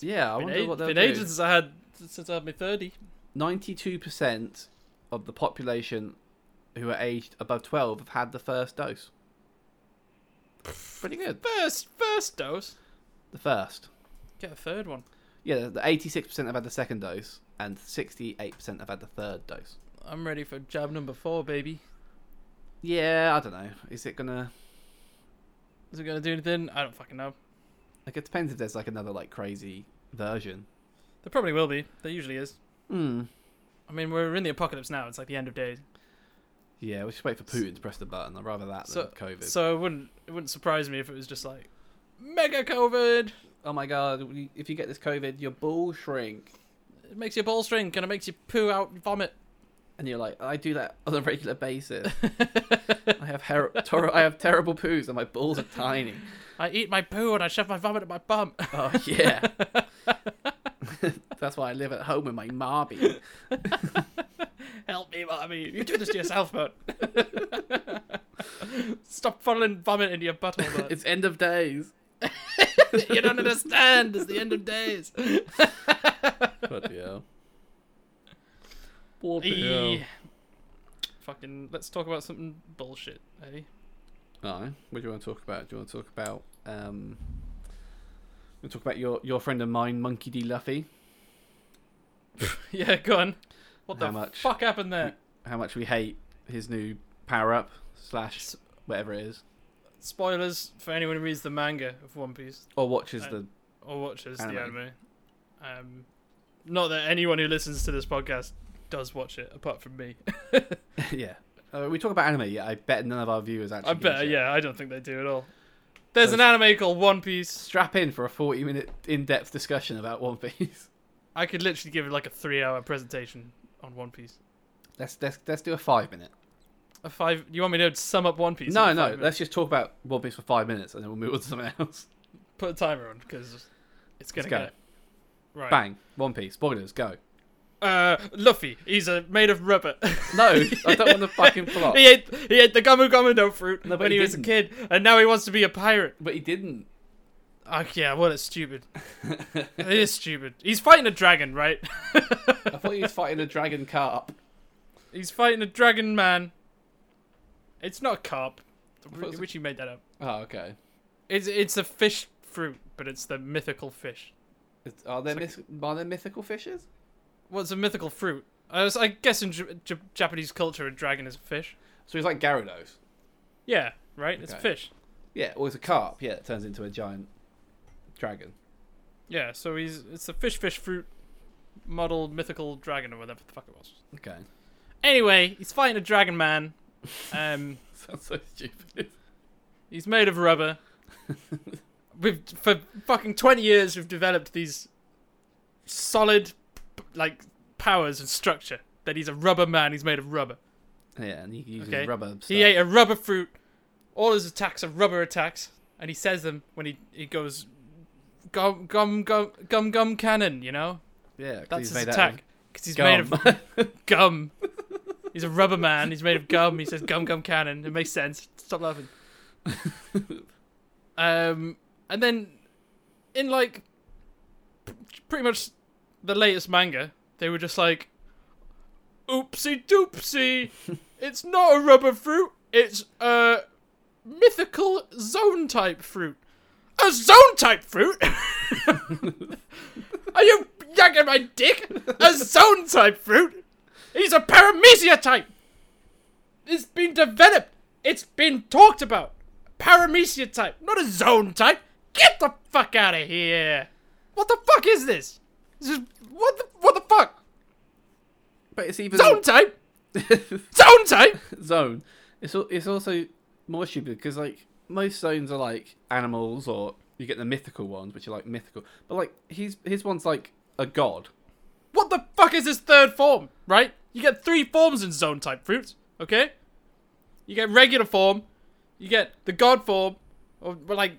[SPEAKER 1] yeah, I
[SPEAKER 2] been
[SPEAKER 1] wonder
[SPEAKER 2] a-
[SPEAKER 1] what they'll
[SPEAKER 2] been
[SPEAKER 1] do.
[SPEAKER 2] ages since I had since I had my thirty.
[SPEAKER 1] 92% of the population who are aged above 12 have had the first dose. Pretty good.
[SPEAKER 2] First first dose.
[SPEAKER 1] The first.
[SPEAKER 2] Get a third one.
[SPEAKER 1] Yeah, the 86% have had the second dose, and 68% have had the third dose.
[SPEAKER 2] I'm ready for jab number four, baby.
[SPEAKER 1] Yeah, I don't know. Is it gonna.
[SPEAKER 2] Is it gonna do anything? I don't fucking know.
[SPEAKER 1] Like, it depends if there's like another like crazy version.
[SPEAKER 2] There probably will be. There usually is.
[SPEAKER 1] Hmm.
[SPEAKER 2] I mean, we're in the apocalypse now. It's like the end of days.
[SPEAKER 1] Yeah, we should wait for Putin to press the button. I'd rather that
[SPEAKER 2] So-
[SPEAKER 1] than COVID.
[SPEAKER 2] So it wouldn't it wouldn't surprise me if it was just like mega COVID.
[SPEAKER 1] oh my god, we- if you get this COVID, your balls shrink.
[SPEAKER 2] It makes your balls shrink and it makes you poo out and vomit.
[SPEAKER 1] and you're like, I do that [LAUGHS] on a regular [LAUGHS] basis. I have her- tor- I have terrible poos, and my balls are tiny.
[SPEAKER 2] I eat my poo and I shove my vomit at my bum. [LAUGHS]
[SPEAKER 1] Oh [LAUGHS] yeah, that's why I live at home with my marby.
[SPEAKER 2] Help me, mommy. You do this to yourself, bud. [LAUGHS] Stop funneling vomit into your butthole, bud.
[SPEAKER 1] It's end of days.
[SPEAKER 2] you don't understand. It's the end of [LAUGHS] days.
[SPEAKER 1] But yeah. What
[SPEAKER 2] Eee. Fucking, let's talk about something bullshit, eh? [LAUGHS]
[SPEAKER 1] What do you want to talk about? Do you want to talk about um, We'll talk about your, your friend and mine, Monkey D. Luffy.
[SPEAKER 2] yeah, go on. What the
[SPEAKER 1] How much?
[SPEAKER 2] fuck happened there?
[SPEAKER 1] How much we hate his new power up slash
[SPEAKER 2] S-
[SPEAKER 1] whatever it is,
[SPEAKER 2] Spoilers for anyone who reads the manga of One Piece
[SPEAKER 1] or watches
[SPEAKER 2] Uh,
[SPEAKER 1] the
[SPEAKER 2] or watches the
[SPEAKER 1] Anime.
[SPEAKER 2] anime. Um, not that anyone who listens to this podcast does watch it, apart from me.
[SPEAKER 1] [LAUGHS] yeah. Uh, we talk about anime. Yeah, I bet none of our viewers actually.
[SPEAKER 2] [LAUGHS] I
[SPEAKER 1] give a
[SPEAKER 2] bet,
[SPEAKER 1] shit.
[SPEAKER 2] yeah, I don't think they do at all. There's
[SPEAKER 1] So
[SPEAKER 2] an anime called One Piece.
[SPEAKER 1] Strap in for a forty-minute in-depth discussion about One Piece. [LAUGHS]
[SPEAKER 2] I could literally give it like a three-hour presentation on One Piece.
[SPEAKER 1] Let's let's let's do a five-minute.
[SPEAKER 2] A five? You want me to sum up One Piece?
[SPEAKER 1] No,
[SPEAKER 2] in
[SPEAKER 1] no.
[SPEAKER 2] five minutes?
[SPEAKER 1] Let's just talk about One Piece for five minutes, and then we'll move on to something else.
[SPEAKER 2] put a timer on because it's gonna
[SPEAKER 1] Let's
[SPEAKER 2] go.
[SPEAKER 1] go.
[SPEAKER 2] [LAUGHS] Right.
[SPEAKER 1] Bang! One Piece. Spoilers. Go.
[SPEAKER 2] Uh, Luffy, he's uh, made of rubber.
[SPEAKER 1] No,
[SPEAKER 2] [LAUGHS]
[SPEAKER 1] I don't want the fucking plot.
[SPEAKER 2] he ate he ate the gamu gamu no fruit
[SPEAKER 1] No, but
[SPEAKER 2] when he,
[SPEAKER 1] he
[SPEAKER 2] was a kid, and now he wants to be a pirate.
[SPEAKER 1] But he didn't.
[SPEAKER 2] Oh yeah, what a stupid. it is stupid. He's fighting a dragon, right? [LAUGHS]
[SPEAKER 1] I thought he [LAUGHS] was fighting a dragon carp.
[SPEAKER 2] he's fighting a dragon man. It's not a carp,
[SPEAKER 1] thought it was a-
[SPEAKER 2] which he made that up.
[SPEAKER 1] Oh, okay.
[SPEAKER 2] It's it's a fish fruit, but it's the mythical fish.
[SPEAKER 1] It's- are there myth- are there mythical fishes?
[SPEAKER 2] Well, it's a mythical fruit. I, was, I guess in J- J- Japanese culture, a dragon is a fish.
[SPEAKER 1] So he's like Gyarados.
[SPEAKER 2] Yeah, right. It's a
[SPEAKER 1] Okay.
[SPEAKER 2] fish.
[SPEAKER 1] Yeah, or it's a carp. Yeah, it turns into a giant dragon.
[SPEAKER 2] Yeah, so he's it's a fish, fish, fruit model mythical dragon or whatever the fuck it was.
[SPEAKER 1] Okay.
[SPEAKER 2] Anyway, he's fighting a dragon man. Um,
[SPEAKER 1] [LAUGHS] Sounds so stupid.
[SPEAKER 2] he's made of rubber. we've for fucking twenty years we've developed these solid like powers and structure. That he's a rubber man. He's made of rubber.
[SPEAKER 1] Yeah, and he uses
[SPEAKER 2] Okay.
[SPEAKER 1] rubber stuff.
[SPEAKER 2] He ate a rubber fruit. All his attacks are rubber attacks, and he says them when he he goes gum gum gum gum gum cannon. You know
[SPEAKER 1] yeah, 'cause
[SPEAKER 2] that's
[SPEAKER 1] he's
[SPEAKER 2] his
[SPEAKER 1] made
[SPEAKER 2] attack because he's made of
[SPEAKER 1] Out of gum.
[SPEAKER 2] gum. [LAUGHS] He's a rubber man. He's made of gum. He says gum gum cannon. It makes sense. Stop [LAUGHS] laughing. um, and then in like p- pretty much the latest manga, they were just like, "Oopsie doopsie, it's not a rubber fruit. It's a mythical zone type fruit. A zone type fruit." [LAUGHS] Are you yanking my dick? A zone type fruit? He's a paramecia type. It's been developed. It's been talked about. Paramecia type, not a zone type. Get the fuck out of here. What the fuck is this? This is what the what the fuck?
[SPEAKER 1] but it's even
[SPEAKER 2] Zone type. Zone type.
[SPEAKER 1] [LAUGHS] zone. It's al- it's also more stupid because like most zones are like animals or you get the mythical ones, which are like mythical. But like his his one's like a god.
[SPEAKER 2] What the fuck is this third form? Right? You get three forms in zone type fruits. Okay. You get regular form. You get the god form, or well, like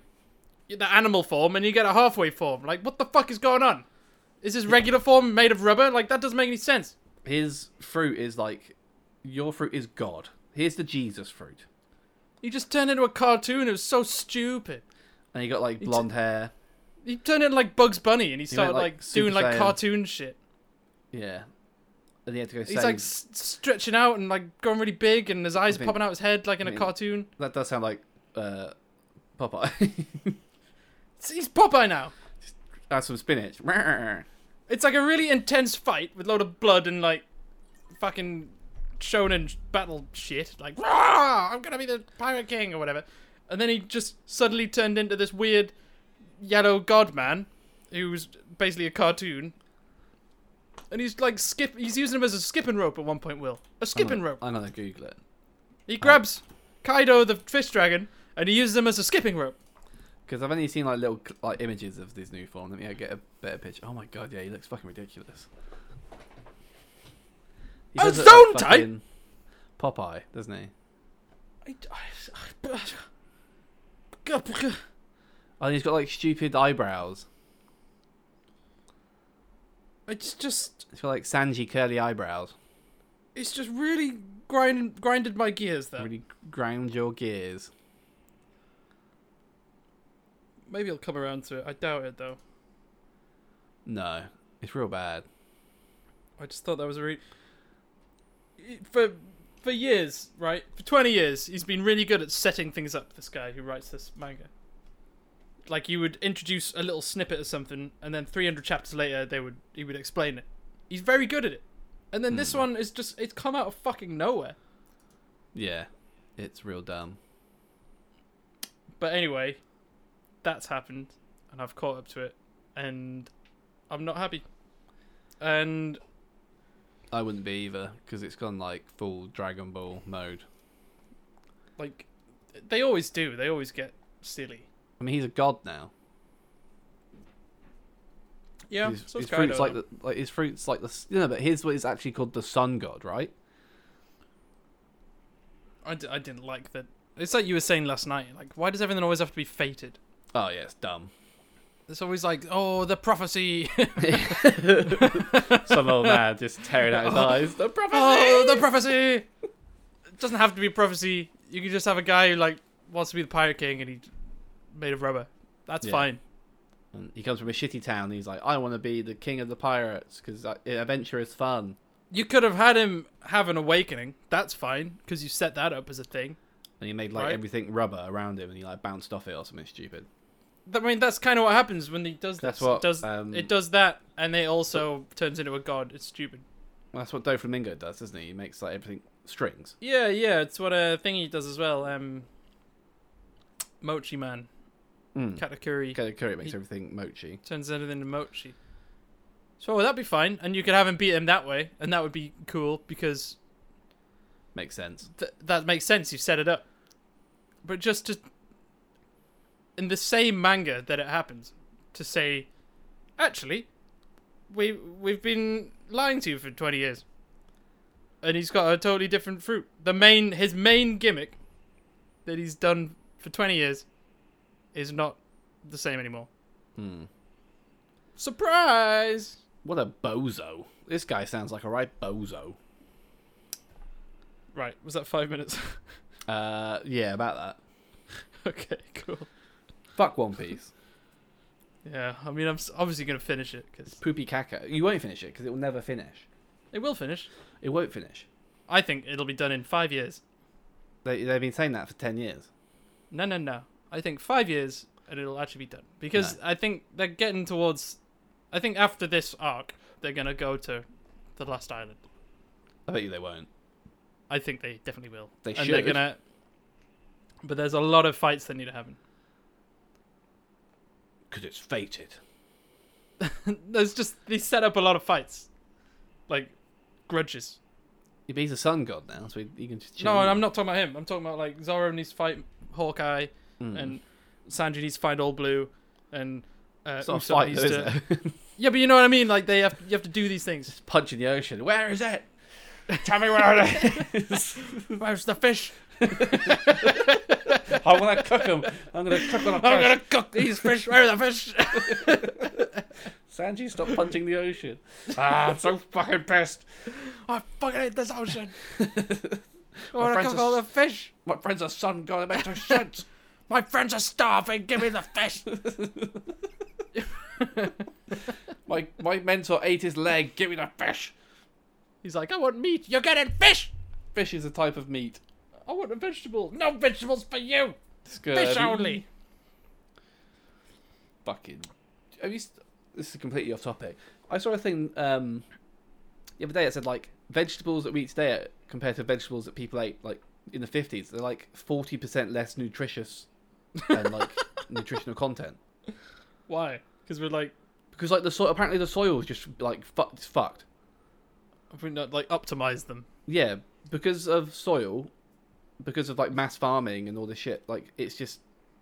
[SPEAKER 2] the animal form, and you get a halfway form. Like, what the fuck is going on? Is this regular form made of rubber? Like, that doesn't make any sense.
[SPEAKER 1] His fruit is like your fruit is God. Here's the Jesus fruit,
[SPEAKER 2] He just turned into a cartoon. It was so stupid.
[SPEAKER 1] and he got like blonde hair.
[SPEAKER 2] He turned into like Bugs Bunny, and he started
[SPEAKER 1] like,
[SPEAKER 2] like,
[SPEAKER 1] Super
[SPEAKER 2] doing like
[SPEAKER 1] Saiyan.
[SPEAKER 2] cartoon shit.
[SPEAKER 1] Yeah, and he had to go.
[SPEAKER 2] He's like
[SPEAKER 1] save-
[SPEAKER 2] s- stretching out and like going really big, and his eyes
[SPEAKER 1] think-
[SPEAKER 2] popping out his head like in
[SPEAKER 1] I
[SPEAKER 2] a
[SPEAKER 1] mean-
[SPEAKER 2] cartoon.
[SPEAKER 1] that does sound like uh, Popeye. [LAUGHS]
[SPEAKER 2] He's Popeye now.
[SPEAKER 1] Add some spinach.
[SPEAKER 2] It's like a really intense fight with a load of blood and like fucking shonen battle shit. Like, "Rah! I'm gonna be the pirate king or whatever. And then he just suddenly turned into this weird yellow god man who's basically a cartoon. And he's like skip. He's using him as a skipping rope at one point. Will a skipping rope.
[SPEAKER 1] I'm gonna Google it
[SPEAKER 2] He grabs Kaido the fish dragon and he uses him as a skipping rope.
[SPEAKER 1] because I've only seen like little cl- like images of this new form. Let me uh, get a better picture. Oh my god, yeah, he looks fucking ridiculous. He
[SPEAKER 2] Oh,
[SPEAKER 1] does look like
[SPEAKER 2] zone type!
[SPEAKER 1] fucking Popeye, doesn't he? And Oh, he's got like stupid eyebrows.
[SPEAKER 2] It's just
[SPEAKER 1] He's got like Sanji curly eyebrows.
[SPEAKER 2] It's just really grind grinded my gears there.
[SPEAKER 1] Really ground your gears.
[SPEAKER 2] Maybe I'll come around to it. I doubt it though.
[SPEAKER 1] No, it's real bad.
[SPEAKER 2] I just thought that was a really for for years, right? For twenty years, he's been really good at setting things up. This guy who writes this manga, like you would introduce a little snippet of something, and then 300 chapters later, they would he would explain it. He's very good at it. And then this one is just it's come out of fucking nowhere.
[SPEAKER 1] Yeah, it's real dumb.
[SPEAKER 2] But anyway, that's happened, and I've caught up to it, and I'm not happy. And
[SPEAKER 1] I wouldn't be either because it's gone like full Dragon Ball mode.
[SPEAKER 2] like, they always do. They always get silly.
[SPEAKER 1] I mean, he's a god now.
[SPEAKER 2] Yeah,
[SPEAKER 1] his,
[SPEAKER 2] so
[SPEAKER 1] his
[SPEAKER 2] it's kind
[SPEAKER 1] fruit's
[SPEAKER 2] of
[SPEAKER 1] like the, like his fruit's like the s- you know, but his what is actually called the sun god, right?
[SPEAKER 2] I, d- I didn't like that. It's like you were saying last night. Like, why does everything always have to be fated?
[SPEAKER 1] Oh yeah, it's
[SPEAKER 2] [LAUGHS]
[SPEAKER 1] dumb.
[SPEAKER 2] It's always like, oh, the prophecy. [LAUGHS]
[SPEAKER 1] Some old man just tearing out his eyes. The prophecy.
[SPEAKER 2] oh, [LAUGHS] the prophecy. It doesn't have to be prophecy. You can just have a guy who like wants to be the pirate king and he's made of rubber. That's
[SPEAKER 1] Yeah.
[SPEAKER 2] fine.
[SPEAKER 1] And he comes from a shitty town. And he's like, I want to be the king of the pirates because adventure is fun.
[SPEAKER 2] You could have had him have an awakening. That's fine because you set that up as a thing.
[SPEAKER 1] And he made like
[SPEAKER 2] Right.
[SPEAKER 1] everything rubber around him, and he like bounced off it or something stupid.
[SPEAKER 2] Th- I mean, that's kind of what happens when he does
[SPEAKER 1] That's
[SPEAKER 2] this.
[SPEAKER 1] what,
[SPEAKER 2] it does.
[SPEAKER 1] um,
[SPEAKER 2] it does that, and it also turns into a god. It's stupid.
[SPEAKER 1] Well, that's what Doflamingo does, doesn't he? He makes like everything strings.
[SPEAKER 2] Yeah, yeah, it's what a thing he does as well. Um, Mochi Man,
[SPEAKER 1] Mm.
[SPEAKER 2] Katakuri
[SPEAKER 1] Okay, Curry makes
[SPEAKER 2] Hmm. He-
[SPEAKER 1] everything mochi.
[SPEAKER 2] turns everything into Mochi. So that'd be fine, and you could have him beat him that way, and that would be cool because
[SPEAKER 1] Makes sense.
[SPEAKER 2] th- that makes sense. You set it up, but just to in the same manga that it happens to say, actually, we we've been lying to you for twenty years, and he's got a totally different fruit. The main his main gimmick that he's done for twenty years is not the same anymore.
[SPEAKER 1] Hmm.
[SPEAKER 2] Surprise!
[SPEAKER 1] What a bozo! This guy sounds like a right bozo.
[SPEAKER 2] Right, was that five minutes? [LAUGHS]
[SPEAKER 1] Uh, yeah, about that.
[SPEAKER 2] okay, cool.
[SPEAKER 1] Fuck One Piece.
[SPEAKER 2] Yeah, I mean, I'm s- obviously gonna finish it because
[SPEAKER 1] Poopy caca. You won't finish it because it will never finish.
[SPEAKER 2] it will finish.
[SPEAKER 1] It won't finish.
[SPEAKER 2] I think it'll be done in five years.
[SPEAKER 1] They, they've been saying that for 10 years.
[SPEAKER 2] No, no, no. I think five years and it'll actually be done because I think they're getting towards. I think after this arc, they're gonna go to the last island.
[SPEAKER 1] I bet you they won't.
[SPEAKER 2] I think they definitely will.
[SPEAKER 1] They
[SPEAKER 2] and They're
[SPEAKER 1] should.
[SPEAKER 2] gonna. But there's a lot of fights that need to happen. [LAUGHS]
[SPEAKER 1] Because it's fated.
[SPEAKER 2] there's just they set up a lot of fights, like grudges.
[SPEAKER 1] Yeah, but He's a sun god now, so he, he can just chill.
[SPEAKER 2] No, and I'm not talking about him. I'm talking about like Zoro needs to fight Hawkeye,
[SPEAKER 1] Mm.
[SPEAKER 2] and Sanji needs to find All Blue, and uh,
[SPEAKER 1] It's not a
[SPEAKER 2] Usopp
[SPEAKER 1] fight,
[SPEAKER 2] needs
[SPEAKER 1] though, is
[SPEAKER 2] to.
[SPEAKER 1] it?
[SPEAKER 2] Yeah, but you know what I mean. Like they have, you have to do these things.
[SPEAKER 1] [LAUGHS] Punch in the ocean. Where is it?
[SPEAKER 3] Tell me where it is.
[SPEAKER 2] [LAUGHS] Where's the fish?
[SPEAKER 1] [LAUGHS] I want to cook him. I'm going to cook on a
[SPEAKER 2] I'm
[SPEAKER 1] fish.
[SPEAKER 2] gonna cook these fish. Where are the fish?
[SPEAKER 1] [LAUGHS] Sanji, stop punching the ocean.
[SPEAKER 3] ah, I'm so fucking pissed.
[SPEAKER 2] I fucking hate this ocean. I
[SPEAKER 1] My
[SPEAKER 2] want to
[SPEAKER 1] friends
[SPEAKER 2] cook
[SPEAKER 1] are
[SPEAKER 2] all the
[SPEAKER 1] s-
[SPEAKER 2] fish.
[SPEAKER 1] My friend's a sun god. It makes no sense.
[SPEAKER 2] [LAUGHS] My friends are starving. Give me the fish.
[SPEAKER 1] My, my mentor ate his leg. Give me the fish.
[SPEAKER 2] He's like, I want meat. You're getting fish.
[SPEAKER 1] Fish is a type of meat.
[SPEAKER 2] I want a vegetable. No vegetables for you.
[SPEAKER 1] It's good.
[SPEAKER 2] Fish only.
[SPEAKER 1] fucking. Have you? St- this is completely off topic. I saw a thing um, the other day. It said like vegetables that we eat today compared to vegetables that people ate like in the fifties. They're like forty percent less nutritious and like nutritional content
[SPEAKER 2] Why? Because we're like,
[SPEAKER 1] because like the soil. Apparently the soil is just like fucked. It's fucked.
[SPEAKER 2] we not like optimize them.
[SPEAKER 1] Yeah, because of soil, because of like mass farming and all this shit. Like it's just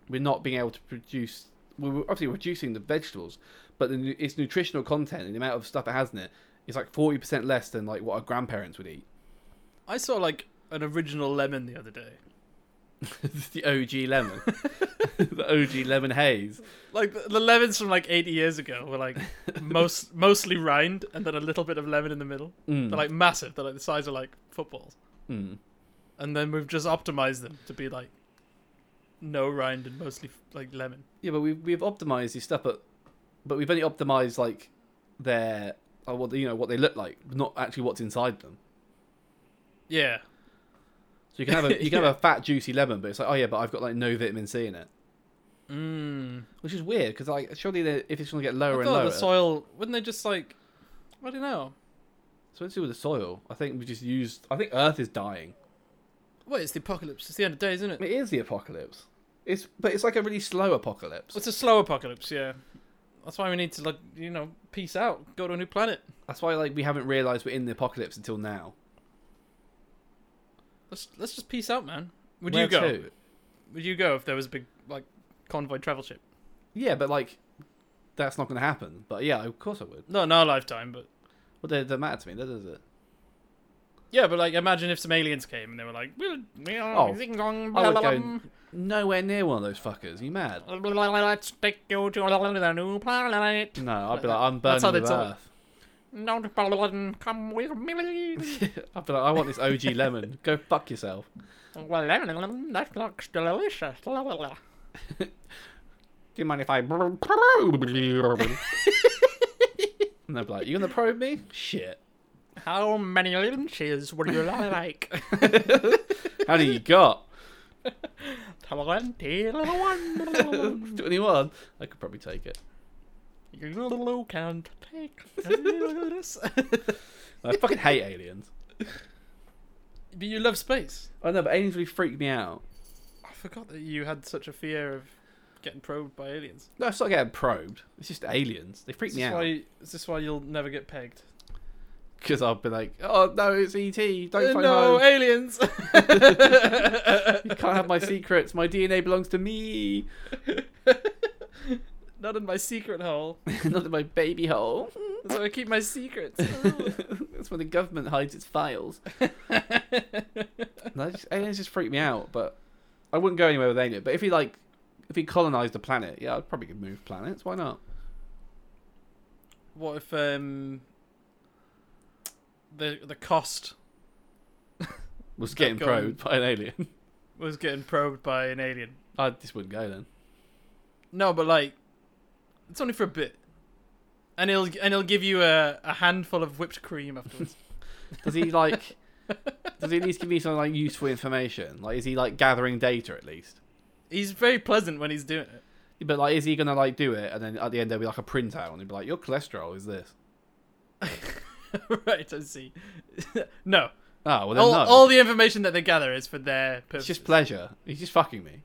[SPEAKER 1] we're not being able to produce. We're we're obviously reducing the vegetables, but the, nu- its nutritional content and the amount of stuff it has in it is like forty percent less than like what our grandparents would eat. [LAUGHS]
[SPEAKER 2] I saw like an original lemon the other day.
[SPEAKER 1] the OG lemon, [LAUGHS] the OG lemon haze.
[SPEAKER 2] Like the, the lemons from like 80 years ago were [LAUGHS] like most mostly rind and then a little bit of lemon in the middle.
[SPEAKER 1] Mm,
[SPEAKER 2] They're like massive. They're like the size of like footballs.
[SPEAKER 1] mm.
[SPEAKER 2] And then we've just optimized them to be like no rind and mostly like lemon.
[SPEAKER 1] Yeah, but we've we've optimized these stuff, but but we've only optimized like their uh, what they- you know what they look like, not actually what's inside them.
[SPEAKER 2] Yeah. [LAUGHS]
[SPEAKER 1] So you can have a you can have a fat juicy lemon, but it's like oh yeah, but I've got like no vitamin C in it.
[SPEAKER 2] Mm.
[SPEAKER 1] which is weird because like surely they, if it's going to get
[SPEAKER 2] I
[SPEAKER 1] lower and
[SPEAKER 2] thought
[SPEAKER 1] lower,
[SPEAKER 2] the soil wouldn't they just like I don't know.
[SPEAKER 1] so let's do with the soil. I think we just used. I think Earth is dying.
[SPEAKER 2] Wait, it's the apocalypse. It's the end of days, isn't it?
[SPEAKER 1] It is the apocalypse. It's but it's like a really slow apocalypse.
[SPEAKER 2] It's a slow apocalypse, yeah. That's why we need to like you know peace out, go to a new planet.
[SPEAKER 1] That's why like we haven't realised we're in the apocalypse until now.
[SPEAKER 2] Let's let's just peace out, man. Would
[SPEAKER 1] Where
[SPEAKER 2] you go?
[SPEAKER 1] to?
[SPEAKER 2] Would you go if there was a big like convoy travel ship?
[SPEAKER 1] Yeah, but like that's not going to happen. But yeah, of course I would.
[SPEAKER 2] No, in our lifetime, but
[SPEAKER 1] Well, that doesn't matter to me. That does it.
[SPEAKER 2] yeah, but like imagine if some aliens came and they were like, [LAUGHS] we'll, we'll
[SPEAKER 1] Oh,
[SPEAKER 2] zing zong,
[SPEAKER 1] I
[SPEAKER 2] blah,
[SPEAKER 1] would
[SPEAKER 2] blah,
[SPEAKER 1] go nowhere near one of those fuckers. you mad?
[SPEAKER 2] blah, blah, blah, let's take you to a new planet.
[SPEAKER 1] No, I'd be like, I'm burning
[SPEAKER 2] That's how they
[SPEAKER 1] with
[SPEAKER 2] talk.
[SPEAKER 1] Earth.
[SPEAKER 2] Don't bother, come with
[SPEAKER 1] [LAUGHS]
[SPEAKER 2] me.
[SPEAKER 1] I'd be like, I want this OG lemon. Go fuck yourself.
[SPEAKER 2] Well, that looks delicious. La, la, la.
[SPEAKER 1] Do you mind if I? [LAUGHS] And they'd be like, you gonna probe me? Shit.
[SPEAKER 2] How many inches would you like?
[SPEAKER 1] How do you got? [LAUGHS]
[SPEAKER 2] Twenty little one.
[SPEAKER 1] Twenty-one. I could probably take it.
[SPEAKER 2] You can't take this.
[SPEAKER 1] I fucking hate aliens.
[SPEAKER 2] But you love space.
[SPEAKER 1] I know, but aliens really freak me out.
[SPEAKER 2] I forgot that you had such a fear of getting probed by aliens.
[SPEAKER 1] No, it's not getting probed. It's just aliens. They freak
[SPEAKER 2] Is
[SPEAKER 1] me
[SPEAKER 2] this,
[SPEAKER 1] out
[SPEAKER 2] why, is this why you'll never get pegged?
[SPEAKER 1] because I'll be like, oh no, it's ET. Don't
[SPEAKER 2] Uh,
[SPEAKER 1] find
[SPEAKER 2] no, eh.
[SPEAKER 1] no,
[SPEAKER 2] [LAUGHS] aliens!
[SPEAKER 1] [LAUGHS] You can't have my secrets. My DNA belongs to me, [LAUGHS]
[SPEAKER 2] Not in my secret hole.
[SPEAKER 1] not in my baby hole.
[SPEAKER 2] That's where I keep my secrets.
[SPEAKER 1] That's when the government hides its files. No, just, aliens just freak me out, but I wouldn't go anywhere with alien. But if he like, if he colonized the planet, yeah, I'd probably move planets. Why not?
[SPEAKER 2] [LAUGHS] what if um the the cost
[SPEAKER 1] Was
[SPEAKER 2] Stop
[SPEAKER 1] getting
[SPEAKER 2] going.
[SPEAKER 1] probed by an alien. [LAUGHS]
[SPEAKER 2] was getting probed by an alien?
[SPEAKER 1] I just wouldn't go then.
[SPEAKER 2] No, but like it's only for a bit. And he'll and he'll give you a, a handful of whipped cream [LAUGHS] afterwards.
[SPEAKER 1] Does he like? does he at least give me some like useful information? Like, is he like gathering data at least?
[SPEAKER 2] he's very pleasant when he's doing it.
[SPEAKER 1] But like, is he gonna like do it? And then at the end there'll be like a printout, and he'll be like, "Your cholesterol is this."
[SPEAKER 2] [LAUGHS] right, I see. [LAUGHS] no.
[SPEAKER 1] Oh well, then
[SPEAKER 2] all,
[SPEAKER 1] no.
[SPEAKER 2] all the information that they gather is for their
[SPEAKER 1] it's
[SPEAKER 2] purpose.
[SPEAKER 1] just pleasure. He's just fucking me.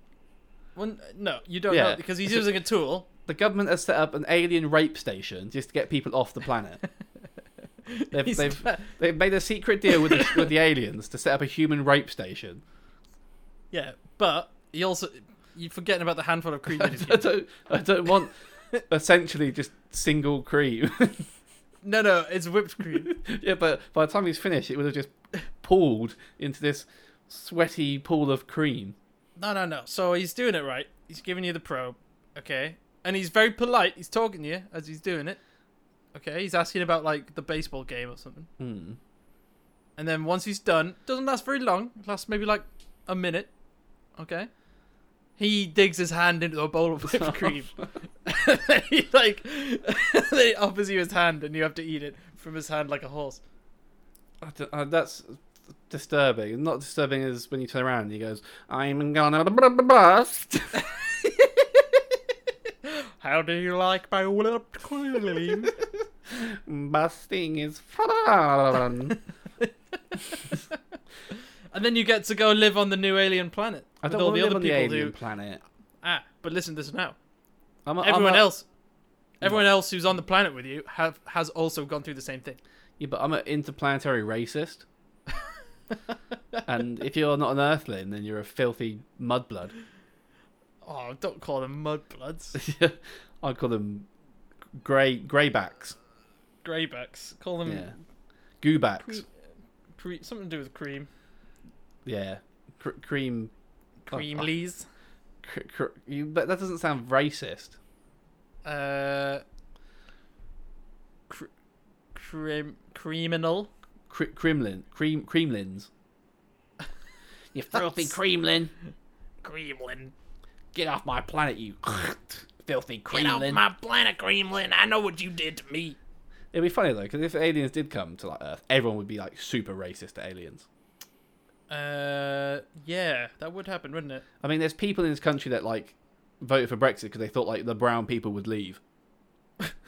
[SPEAKER 2] well, no, you don't
[SPEAKER 1] Yeah.
[SPEAKER 2] know because he's using a tool.
[SPEAKER 1] The government has set up an alien rape station just to get people off the planet. [LAUGHS] they've,
[SPEAKER 2] He's-
[SPEAKER 1] they've, they've made a secret deal with the, with the aliens to set up a human rape station.
[SPEAKER 2] [LAUGHS] yeah, but he also you're forgetting about the handful of cream that
[SPEAKER 1] [LAUGHS]
[SPEAKER 2] he's
[SPEAKER 1] I
[SPEAKER 2] given.
[SPEAKER 1] don't, I don't want essentially just single cream. [LAUGHS]
[SPEAKER 2] No, no, it's whipped cream.
[SPEAKER 1] yeah, but by the time he's finished, it would have just pooled into this sweaty pool of cream.
[SPEAKER 2] No, no, no. So he's doing it right. He's giving you the probe, okay? And he's very polite. He's talking to you as he's doing it, okay? He's asking about like the baseball game or something.
[SPEAKER 1] Hmm.
[SPEAKER 2] And then once he's done, doesn't last very long. Lasts maybe like a minute, okay? He digs his hand into a bowl of [LAUGHS] whipped cream. he like, [LAUGHS] then he offers you his hand, and you have to eat it from his hand like a horse.
[SPEAKER 1] I don't- uh, that's disturbing. Not disturbing as when you turn around and he goes, I'm gonna bust.
[SPEAKER 2] [LAUGHS]
[SPEAKER 1] [LAUGHS]
[SPEAKER 2] How do you like my whipped cream?
[SPEAKER 1] Busting is fun.
[SPEAKER 2] [LAUGHS] and then you get to go live on the new alien planet
[SPEAKER 1] I
[SPEAKER 2] with
[SPEAKER 1] don't
[SPEAKER 2] all
[SPEAKER 1] want
[SPEAKER 2] the
[SPEAKER 1] to live
[SPEAKER 2] other
[SPEAKER 1] on the
[SPEAKER 2] people who
[SPEAKER 1] alien planet.
[SPEAKER 2] Ah, but listen to this now.
[SPEAKER 1] I'm a,
[SPEAKER 2] Everyone
[SPEAKER 1] I'm a,
[SPEAKER 2] else, everyone else who's on the planet with you have has also gone through the same thing.
[SPEAKER 1] Yeah, but I'm an interplanetary [LAUGHS] racist. and if you're not an Earthling, then you're a filthy mudblood. [LAUGHS]
[SPEAKER 2] Oh, don't call them mudbloods,
[SPEAKER 1] I'd call them grey greybacks,
[SPEAKER 2] greybacks. Call them
[SPEAKER 1] yeah, goobacks,
[SPEAKER 2] cre- something to do with cream,
[SPEAKER 1] yeah, cr- cream. Oh,
[SPEAKER 2] creamlies.
[SPEAKER 1] Cr- cr- you, but that doesn't sound racist.
[SPEAKER 2] Uh, cr- crim- criminal.
[SPEAKER 1] Cr- Kremlin, cream, creamlins. You filthy
[SPEAKER 2] Gross.
[SPEAKER 1] creamlin!
[SPEAKER 2] Gremlin.
[SPEAKER 1] Get off my planet, [LAUGHS] you filthy creamlin!
[SPEAKER 4] Get off my planet, Gremlin. I know what you did to me.
[SPEAKER 1] It'd be funny though, because if aliens did come to like Earth, everyone would be like super racist to aliens.
[SPEAKER 2] Uh, yeah, that would happen, wouldn't it?
[SPEAKER 1] I mean, there's people in this country that like voted for Brexit because they thought like the brown people would leave. [LAUGHS]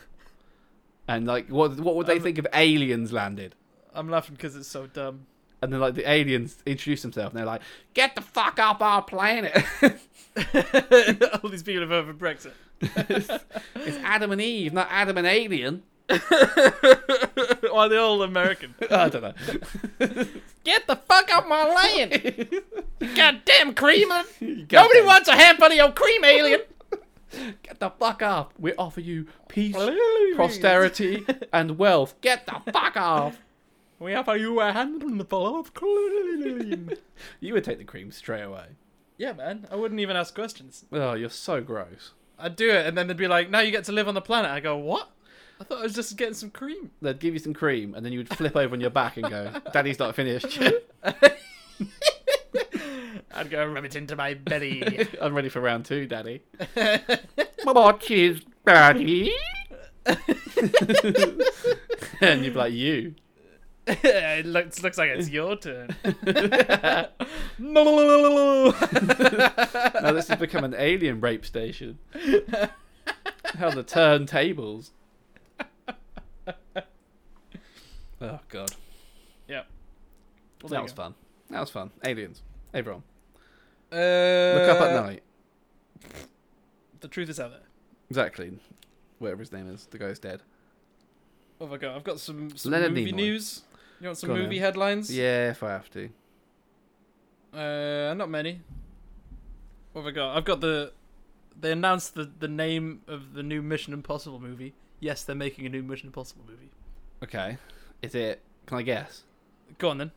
[SPEAKER 1] and like, what what would they
[SPEAKER 2] Um,
[SPEAKER 1] think if aliens landed?
[SPEAKER 2] I'm laughing because it's so dumb. [LAUGHS]
[SPEAKER 1] And then like the aliens introduce themselves and they're like, "Get the fuck up our planet." [LAUGHS]
[SPEAKER 2] All these people have voted for Brexit. [LAUGHS]
[SPEAKER 1] it's Adam and Eve, not Adam and Alien. [LAUGHS]
[SPEAKER 2] Why are they all American?
[SPEAKER 1] I don't know.
[SPEAKER 4] Get the fuck out my
[SPEAKER 2] [LAUGHS]
[SPEAKER 4] land! Goddamn Creamlin!
[SPEAKER 1] Nobody
[SPEAKER 4] Nobody wants a hamper of your cream alien!
[SPEAKER 1] Get the fuck up. We offer you peace, [LAUGHS] prosperity, and wealth. Get the fuck off.
[SPEAKER 2] We have you a handful of clean.
[SPEAKER 1] You would take the cream straight away.
[SPEAKER 2] [LAUGHS] yeah, man. I wouldn't even ask questions.
[SPEAKER 1] Oh, you're so gross.
[SPEAKER 2] I'd do it, and then they'd be like, "Now you get to live on the planet." I go, "What? I thought I was just getting some cream."
[SPEAKER 1] They'd give you some cream, and then you would flip over on your back and
[SPEAKER 2] [LAUGHS]
[SPEAKER 1] go, "Daddy's not finished. [LAUGHS]
[SPEAKER 2] I'd go rub it into my [LAUGHS] belly.
[SPEAKER 1] I'm ready for round two,
[SPEAKER 2] [LAUGHS]
[SPEAKER 1] Daddy." More cheese, Daddy. [LAUGHS] and you'd be like, "You."
[SPEAKER 2] [LAUGHS] it looks, looks like [LAUGHS] it's your turn.
[SPEAKER 1] Now this has become an alien rape
[SPEAKER 2] [LAUGHS]
[SPEAKER 1] station. How the turntables. Oh God.
[SPEAKER 2] Yep. Well, there
[SPEAKER 1] that
[SPEAKER 2] you
[SPEAKER 1] was
[SPEAKER 2] go.
[SPEAKER 1] fun. That was fun. Aliens. Everyone.
[SPEAKER 2] Uh,
[SPEAKER 1] Look up at night.
[SPEAKER 2] The truth is out there.
[SPEAKER 1] Exactly. Whatever his name is. The guy's dead.
[SPEAKER 2] Oh my god, I've got some, some
[SPEAKER 1] Leonard
[SPEAKER 2] movie
[SPEAKER 1] Nimoy.
[SPEAKER 2] news. You want some
[SPEAKER 1] Go on
[SPEAKER 2] movie
[SPEAKER 1] then.
[SPEAKER 2] headlines?
[SPEAKER 1] Yeah, if I have to.
[SPEAKER 2] Uh, not many. What have I got? I've got the. They announced the the name of the new Mission Impossible movie. Yes, they're making a new Mission Impossible movie.
[SPEAKER 1] Okay. Is it can I guess?
[SPEAKER 2] Go on then.